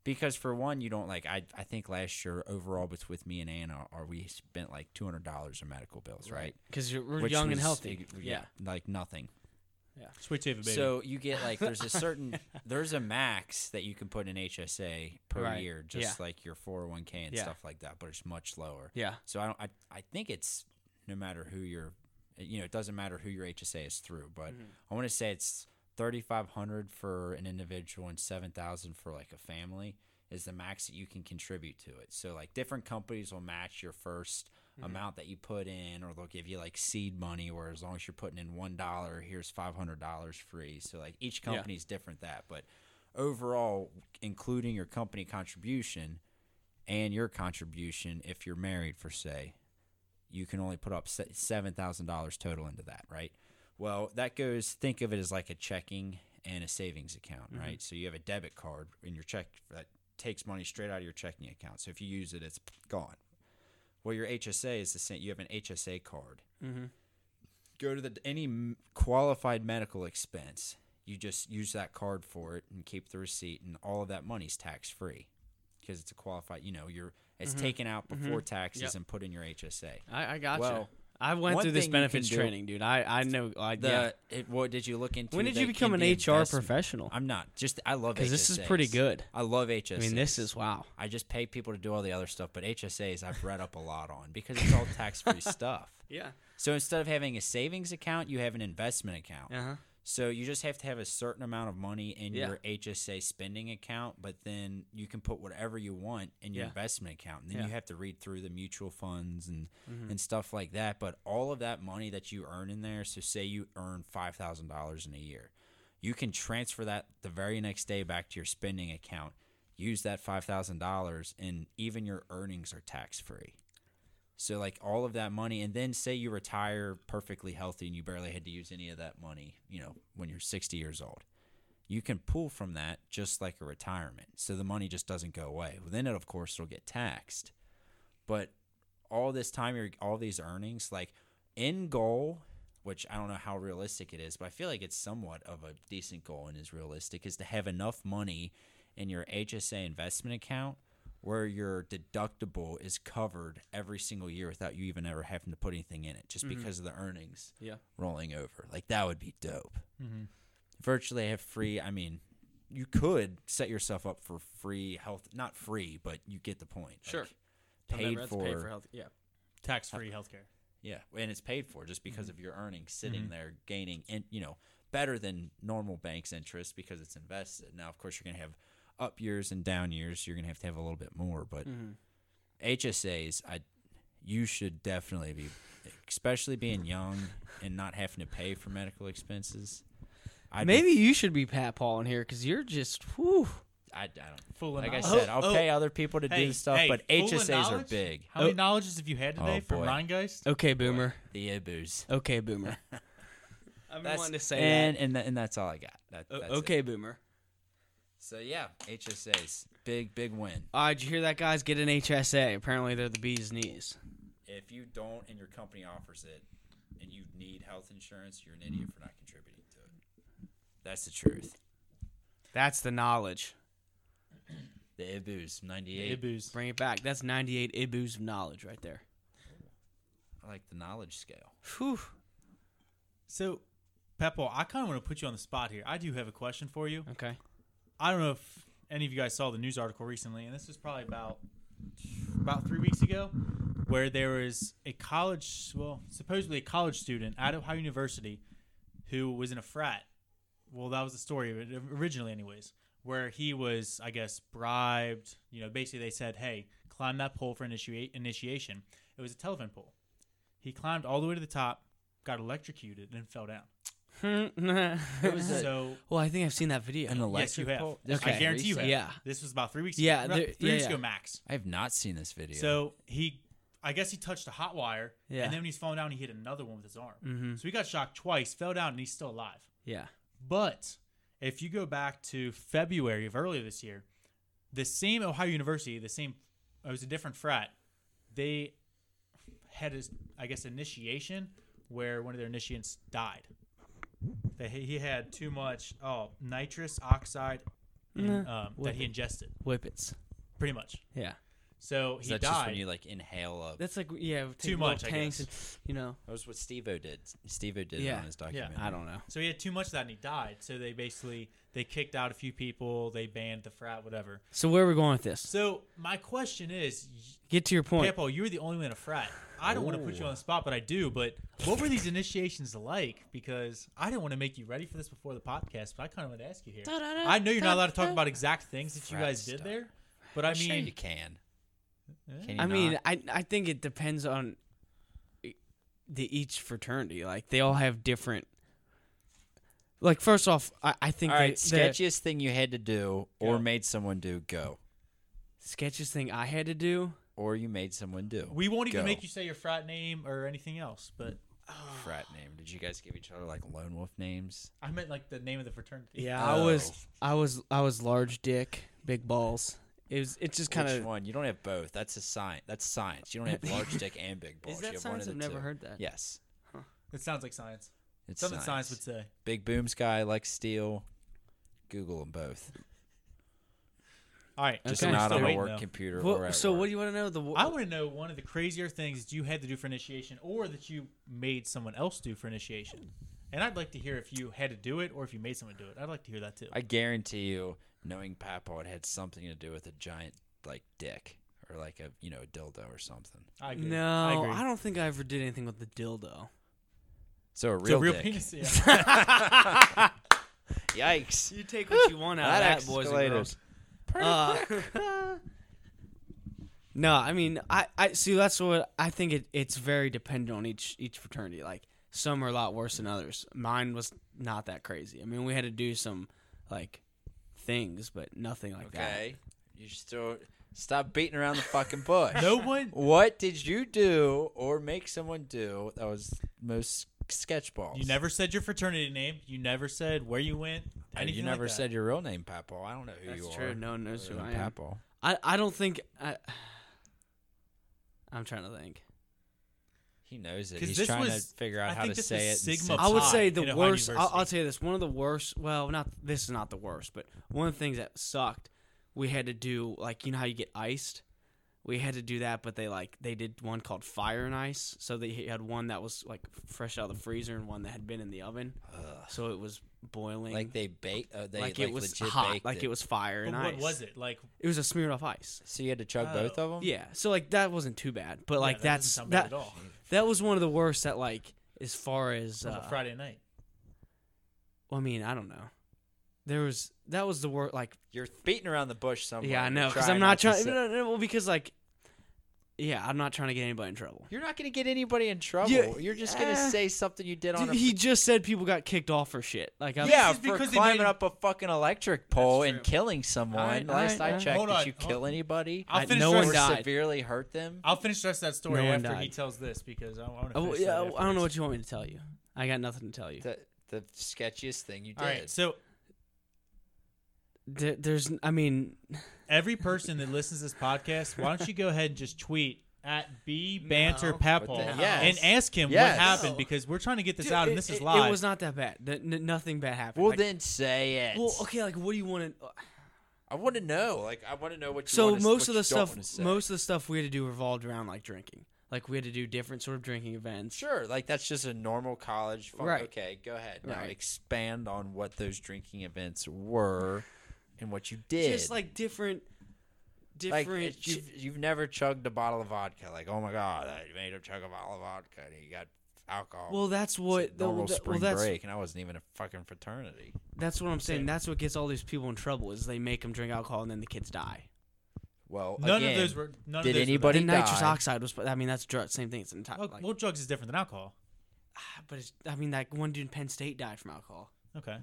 Because for one, you don't like I, I think last year overall between with me and Anna are we spent like two hundred dollars on medical bills, right? Because we're Which young and was, healthy. uh, yeah. Like nothing. Sweet save a baby. So you get like there's a certain there's a max that you can put in HSA per Right. year, just Yeah. like your four hundred one k and Yeah. stuff like that, but it's much lower. Yeah. So I don't. I, I think it's no matter who your, you know, it doesn't matter who your HSA is through, but I want to say it's thirty five hundred for an individual and seven thousand for like a family is the max that you can contribute to it. So like different companies will match your 1st amount that you put in, or they'll give you like seed money, where as long as you're putting in one dollar, here's five hundred dollars free. So like each Yeah. company's different that, but overall, including your company contribution and your contribution if you're married for say you can only put up se- $7,000 total into that, right? Well, that goes think of it as like a checking and a savings account, right? So you have a debit card in your check that takes money straight out of your checking account. So if you use it, it's gone. Well, your HSA is the same. You have an HSA card. Go to the any m- qualified medical expense. You just use that card for it and keep the receipt, and all of that money's tax free because it's a qualified. You know, you're it's taken out before taxes Mm-hmm. Yep. and put in your HSA. I, I got Well, I went one through this thing you can benefits do- training, dude. I I know. I, The yeah. it, what did you look into? When did the- you become in an the HR investment- professional? I'm not. Just I love 'Cause this is HSAs. pretty good. I love HSAs. I mean, this is wow. I just pay people to do all the other stuff, but HSAs I've read up a lot on because it's all tax free stuff. Yeah. So instead of having a savings account, you have an investment account. Uh huh. So you just have to have a certain amount of money in Yeah. your HSA spending account, but then you can put whatever you want in your Yeah. investment account. And then Yeah. Mm-hmm. you have to read through the mutual funds and and stuff like that. But all of that money that you earn in there, so say you earn five thousand dollars in a year, you can transfer that the very next day back to your spending account. Use that five thousand dollars, and even your earnings are tax free. So like all of that money, and then say you retire perfectly healthy and you barely had to use any of that money, you know, when you're 60 years old, you can pull from that just like a retirement. So the money just doesn't go away. Well, then it of course will get taxed, but all this time, you're all these earnings, like end goal, which I don't know how realistic it is, but I feel like it's somewhat of a decent goal and is realistic, is to have enough money in your HSA investment account where your deductible is covered every single year without you even ever having to put anything in it, just because of the earnings Mm-hmm. Yeah. Mm-hmm. rolling over. Like that would be dope. Virtually have free. I mean, you could set yourself up for free health, not free, but you get the point. Sure. Like, paid for, Paid for health. Yeah. tax free healthcare. yeah, and it's paid for just Mm-hmm. because of your earnings sitting there, gaining, and you know, better than normal banks' interest because it's invested. Now, of course, you're going to have up years and down years. You're going to have to have a little bit more, but Mm-hmm. HSAs, I, you should definitely be, especially being young and not having to pay for medical expenses. I'd be- Maybe you should be Pat Paul in here because you're just whew. I, I don't. Full of Like I knowledge. said, I'll oh. pay other people to Hey, do stuff, hey, but full of HSAs are knowledge? big. How many knowledges have you had Oh, today from boy. Rheingeist? Okay, boomer. The Ibus. Okay, boomer. I've been That's- wanting to say and and tha- and that's all I got. That, that. O- that's it. okay, boomer. So yeah, HSAs, big big win. Uh, did you hear that, guys? Get an HSA. Apparently, they're the bee's knees. If you don't and your company offers it, and you need health insurance, you're an idiot for not contributing to it. That's the truth. That's the knowledge. The Ibus ninety eight. Ibus. Bring it back. That's 98 ibus of knowledge right there. I like the knowledge scale. Whew. So, Peppo, I kind of want to put you on the spot here. I do have a question for you. Okay. I don't know if any of you guys saw the news article recently, and this was probably about about three weeks ago, where there was a college, well, supposedly a college student at Ohio University who was in a frat. Well, that was the story of it originally, anyways, where he was, I guess, bribed. You know, basically they said, "Hey, climb that pole for initiate initiation." It was a telephone pole. He climbed all the way to the top, got electrocuted, and then fell down. it was a, so well, I think I've seen that video. An yes, you electric have. pole. I Okay. guarantee you have. Yeah. This was about three weeks. Yeah, ago, there- three yeah, weeks yeah. ago max. I have not seen this video. So he, I guess he touched a hot wire, Yeah. and then when he's falling down, he hit another one with his arm. Mhm. So he got shocked twice, fell down, and he's still alive. Yeah. But if you go back to February of earlier this year, the same Ohio University, the same, it was a different frat. They had, his, I guess, initiation where one of their initiants died. That he he had too much oh nitrous oxide in, um, that he ingested, Whippets. pretty much. Yeah. So Is he that died. just when you like inhale up. That's like yeah, take Too little much, I tanks and you know. That was what Steve O did. Steve O did it Yeah. on his Yeah. documentary. I don't know. So he had too much of that and he died. So they basically they kicked out a few people, they banned the frat, whatever. So where are we going with this? So my question is, Get to your point. Pampo, you were the only one in a frat. I don't want to put you on the spot, but I do. But what were these initiations like? Because I didn't want to make you ready for this before the podcast, but I kind of want to ask you here. I know you're not allowed to talk about exact things that you Frat guys did stuff. there, but I I'm sure you mean, eh? can. Yeah. Can you I mean, not? I I think it depends on e- the each fraternity. Like they all have different. Like first off, I, I think all right. they- they- Sketchiest thing you had to do, or Go. made someone do, go, sketchiest thing I had to do. or you made someone do. we won't even Go. make you say your frat name or anything else. But frat name. Did you guys give each other like lone wolf names? I meant like the name of the fraternity. Yeah, I was Oh. I was I was large dick, big balls. It was it just kind Which of. one? You don't have both. That's a science. That's science. You don't have large dick and big balls. Is you that have one science? of I've the never two. heard that. Yes, It sounds like science. it's Something science. science would say. Big booms guy like steel. Google them both. All right, Just Okay. not Still on a waiting, work though. computer Well, or at so work. what do you want to know? The I want to know one of the crazier things that you had to do for initiation or that you made someone else do for initiation. And I'd like to hear if you had to do it or if you made someone do it. I'd like to hear that too. I guarantee you, knowing Papa, it had something to do with a giant like dick or like a you know a dildo or something. I agree. no, I, agree. I don't think I ever did anything with the dildo. So a It's real, a real dick. penis. Yeah. Yikes! You take what you want out That of that, boys escalated. and girls. Uh, no, I mean, I, I see. That's what I think. It, it's very dependent on each each fraternity. Like some are a lot worse than others. Mine was not that crazy. I mean, we had to do some like things, but nothing like Okay, you still stop beating around the fucking bush. no one. What did you do or make someone do that was most sketchballs? You never said your fraternity name. You never said where you went. And Anything Uh, you like never that. said your real name, Papo. I don't know who that. you That's are. true. No one knows who Other I than am. Papo. I, I don't think I. I'm trying to think. He knows it. 'Cause He's this trying was- to figure out I how think to this say it. was in Sigma sentence. I would Pie say at the Ohio worst. I'll, I'll University. tell you this: one of the worst. Well, not this is not the worst, but one of the things that sucked. We had to do like you know how you get iced. We had to do that, but they like they did one called fire and ice. So they had one that was like fresh out of the freezer and one that had been in the oven. So it was boiling, like they bake. Uh, they like like, it was legit hot, baked like it was fire But and what ice. was it like? It was a smear off ice. So you had to chug Oh. both of them. Yeah, so like that wasn't too bad, but like yeah, that doesn't that's sound bad at that all. that was one of the worst. That like as far as From uh, a Friday night. Well, I mean, I don't know. There was that was the word like You're beating around the bush somewhere. yeah I You're know because trying I'm not to trying say- well because like yeah, I'm not trying to get anybody in trouble. You're not going to get anybody in trouble. Yeah, You're just eh. going to say something you did on Dude, a he just said people got kicked off for shit. Like, I'm, yeah, This is for because they climbing made- up a fucking electric pole and true. killing someone. Alright, Last alright, I alright. checked, Hold did on, you hold- kill anybody? I'll I- finish. no the rest- or one died. severely hurt them? I'll finish the rest of that story No one after he died. tells this because I, want to. Oh, yeah, I don't know what you want me to tell you. I got nothing to tell you. The, the sketchiest thing you did. All right, so There, there's, I mean, every person that listens to this podcast, why don't you go ahead and just tweet at B No. Banter What Papal the hell? and ask him Yes. what happened No. because we're trying to get this dude, out it- and this is it- live. It was not that bad. N- n- nothing bad happened. well, Like, then say it. well, okay, like, what do you want to? I want to know. Like, I want to know what you So wanna- most what of you the don't wanna stuff, say. most of the stuff we had to do revolved around like drinking. Like we had to do different sort of drinking events. Sure, like that's just a normal college. Fun. Right. Okay, go ahead. Now Right. expand on what those drinking events were and what you did. Just like different, Like, different. it's- you've, you've never chugged a bottle of vodka. Like, oh my god, I made him chug a bottle of vodka and he got alcohol. well, that's It's what. a the- normal the- well, spring that's break, and I wasn't even a fucking fraternity. that's what I'm saying. That's what gets all these people in trouble is they make them drink alcohol and then the kids die. Well, none again, of those were. None did of those anybody- But the he nitrous died. oxide was. I mean, that's drug. Same thing. It's an entire. Were the, well, like, well, drugs is different than alcohol. ah, but it's, I mean, that one dude in Penn State died from alcohol. Okay.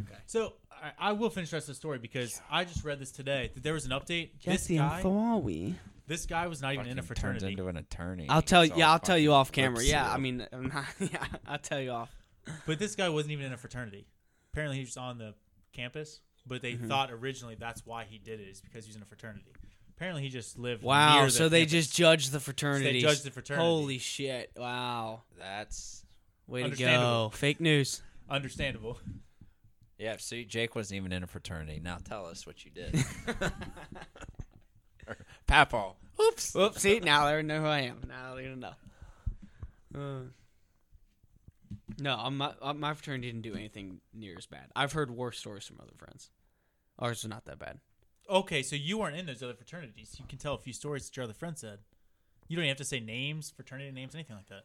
Okay. So I, I will finish the rest of the story because I just read this today that there was an update. this guy, Ferrawi. this guy was not even fucking in a turns fraternity. into an attorney. I'll tell It's you. all Yeah, I'll tell you fucking off camera. lip Yeah, seal. I mean, I'm not, yeah, I'll tell you off. But this guy wasn't even in a fraternity. Apparently, he was on the campus, but they thought originally that's why he did it is because he's in a fraternity. Apparently, he just lived. Wow. near the So they campus. just judged the fraternity. judged the fraternity. Holy shit! Wow. that's Way to go. Understandable. Fake news. understandable. yeah. See, Jake wasn't even in a fraternity. Now tell us what you did. Papal. Oops. Oops. See, now they know who I am. Now they know. Uh, no, I'm not, uh, my fraternity didn't do anything near as bad. I've heard worse stories from other friends. Ours was not that bad. Okay, so you weren't in those other fraternities. You can tell a few stories that your other friend said. You don't even have to say names, fraternity names, anything like that.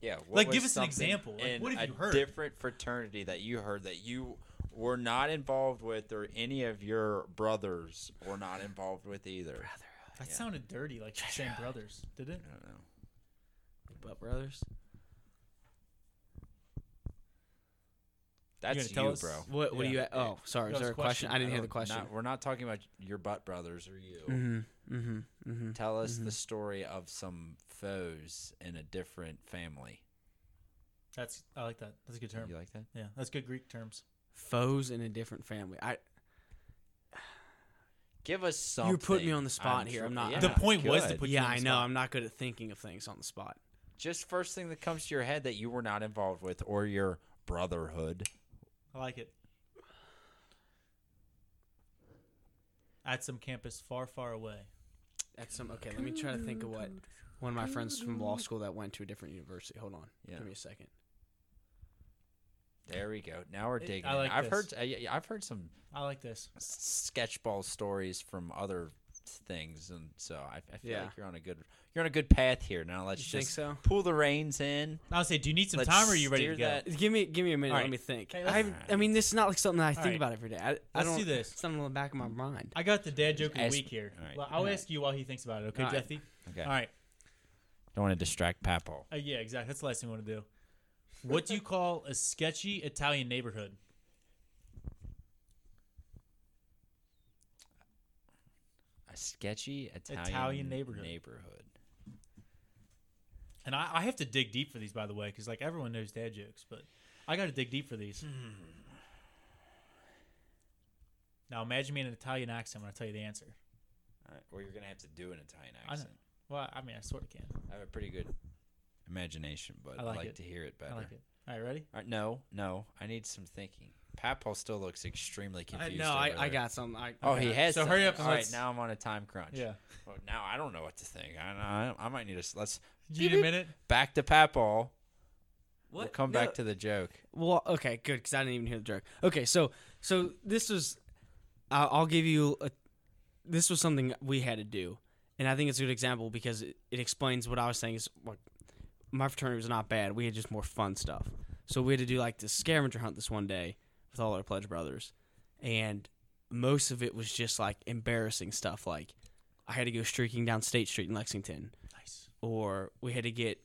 Yeah. what Like, give was us an something example. Like, in what have a you heard? Different fraternity that you heard that you were not involved with, or any of your brothers were not involved with either. That sounded dirty, like you're saying brothers, did it? I don't know. But brothers, That's tell you, us? bro. what? What do you? Yeah. Oh, sorry. That was Is there a a question? question. I didn't I hear the don't- question. not- we're not talking about your butt brothers or you. Mm-hmm. Mm-hmm. Mm-hmm. Tell us the story of some foes in a different family. That's I like that. That's a good term. You like that? Yeah, that's good Greek terms. Foes in a different family. I. Give us something. You're putting me on the spot here. sure- I'm not- yeah, The point was to good. put- you yeah, on the I know. spot. I'm not good at thinking of things on the spot. just first thing that comes to your head that you were not involved with or your brotherhood. I like it. At some campus far, far away. At some okay, let me try to think of what one of my friends from law school that went to a different university. Hold on, Yeah. give me a second. There we go. Now we're It- digging. I in. like I've this. heard. I, I've heard some I like this. s- sketchball stories from other things, and so I, I feel Yeah. like you're on a good you're on a good path here. Now let's You think just so? pull the reins in. I'll say, do you need some Let's time or are you ready steer to go? that- Give me give me a minute. All Let right. me think. Hey, I let's- I mean, this is not like something that I think right. about every day. I, I Let's don't do this. It's not on the back of my mind. I got the dad joke of the Ask- week here. all right. Well, I'll All right. ask you while he thinks about it, okay, All right. Jeffy? Okay. All right. Don't want to distract Papo. Uh, yeah, exactly. That's the last thing you want to do. What do you call a sketchy Italian neighborhood? A sketchy Italian, Italian neighborhood. Neighborhood. And I, I have to dig deep for these, by the way, because like everyone knows dad jokes, but I got to dig deep for these. now imagine me in an Italian accent when I tell you the answer. All right. Well, you're gonna have to do an Italian I know. accent. Well, I mean, I sort of can. I, have a pretty good imagination, but I I like, like it. to hear it better. I like it. All right, ready? All right, no, no, I need some thinking. Papo still looks extremely I, confused. no, I, over I there. got something. I, Oh, I he got- has. So hurry something. up and All right, let's- now I'm on a time crunch. Yeah. Well, now I don't know what to think. I I, I might need to let's Do you need a minute? back to Papal. We'll What? come No. back to the joke. Well, okay, good because I didn't even hear the joke. Okay, so so this was, I'll I'll give you a, this was something we had to do, and I think it's a good example because it, it explains what I was saying is like, my fraternity was not bad. We had just more fun stuff. So we had to do like this scavenger hunt this one day with all our pledge brothers, and most of it was just like embarrassing stuff like I had to go streaking down State Street in Lexington, Nice. or we had to get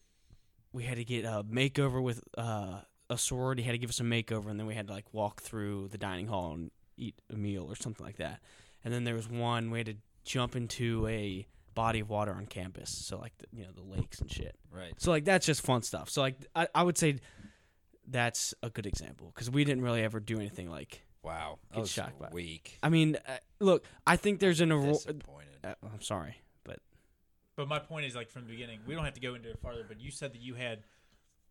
we had to get a makeover with uh, a sorority had to give us a makeover, and then we had to like walk through the dining hall and eat a meal or something like that. And then there was one we had to jump into a body of water on campus, so like the, you know the lakes and shit. Right. So like that's just fun stuff. So like I, I would say that's a good example because we didn't really ever do anything like. Wow. Get shocked by it. weak. I mean, uh, look, I think there's an. Aro- Disappointed. uh, I'm sorry, but But my point is, like from the beginning, we don't have to go into it farther. But you said that you had,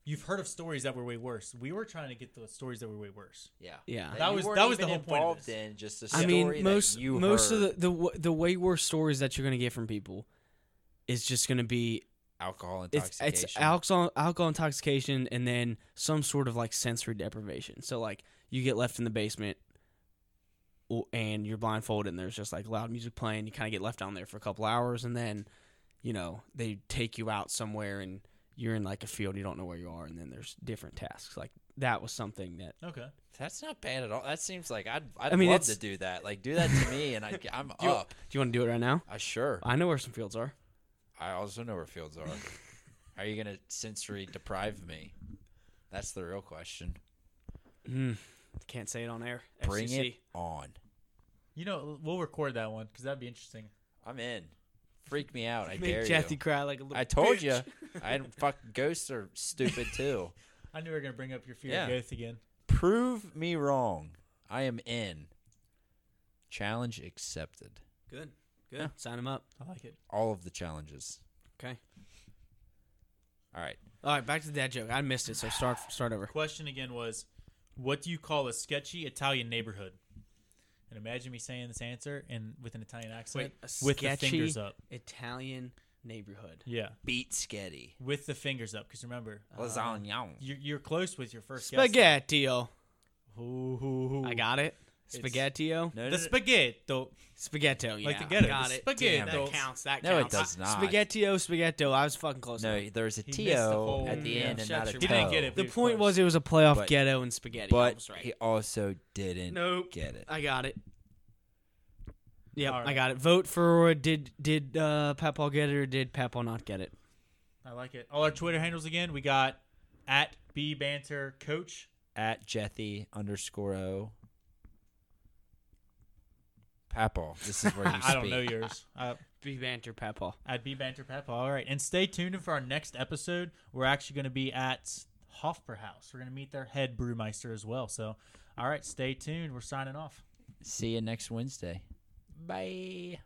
you've heard of stories that were way worse. We were trying to get the stories that were way worse. Yeah. yeah. That you was- weren't that was the even whole point of involved this. in just the I story mean, most that you most of heard. the the w- the way worse stories that you're gonna get from people is just gonna be alcohol it's intoxication. it's alcohol alcohol intoxication and then some sort of like sensory deprivation. So like you get left in the basement. o- And you're blindfolded, and there's just like loud music playing. You kind of get left down there for a couple hours, and then, you know, they take you out somewhere, and you're in like a field. You don't know where you are, and then there's different tasks. Like that was something that Okay. That's not bad at all. That seems like I'd I'd I mean, love it's- to do that. Like do that to me, and I, I'm you- up. Do you want to do it right now? I sure. I know where some fields are. I also know where fields are. How are you gonna sensory deprive me? That's the real question. Can't say it on air. Bring it on. You know, we'll record that one because that'd be interesting. I'm in. Freak me out. I dare Make Jathy you. cry like a little. I told bitch. you. I fuck ghosts are stupid too. I knew we were gonna bring up your fear of Yeah. ghosts again. Prove me wrong. I am in. Challenge accepted. Good. Good. Yeah. Sign him up. I like it. All of the challenges. Okay. All right. All right, back to the dad joke. I missed it, so start start over. Question again was, what do you call a sketchy Italian neighborhood? And imagine me saying this answer and with an Italian accent, with the fingers up. Italian neighborhood. Yeah, Beat Sketty. with the fingers up. Because remember, Lasagna. you're, you're close with your first guess. Spaghettio. Ooh, ooh, ooh. I got it. It's- Spaghettio. No, the spaghetto. Spaghetto. Yeah. Like the ghetto, Got the it. spaghetto. Damn, that counts. That No, it counts. does I- not. Spaghettio. Spaghetto. I was fucking close. no, enough. there's a He T missed the O whole- at the Yeah. end and Shut not a your toe. mouth. He didn't get it. The We were point close. was it was a playoff But- ghetto and spaghetti. I But was right. he also didn't Nope. get it. I got it. Yep, All right. I got it. Vote for did did uh, Papal get it or did Papal not get it? I like it. All our Twitter handles again. We got at B Banter Coach. At Jethy underscore O. Papal. This is where you speak. I don't know yours. Uh, Be banter, Papal. at B Banter Pep. All right, and stay tuned in for our next episode. We're actually going to be at Hofbrauhaus. We're going to meet their head brewmeister as well. So, all right, stay tuned. We're signing off. See you next Wednesday. Bye.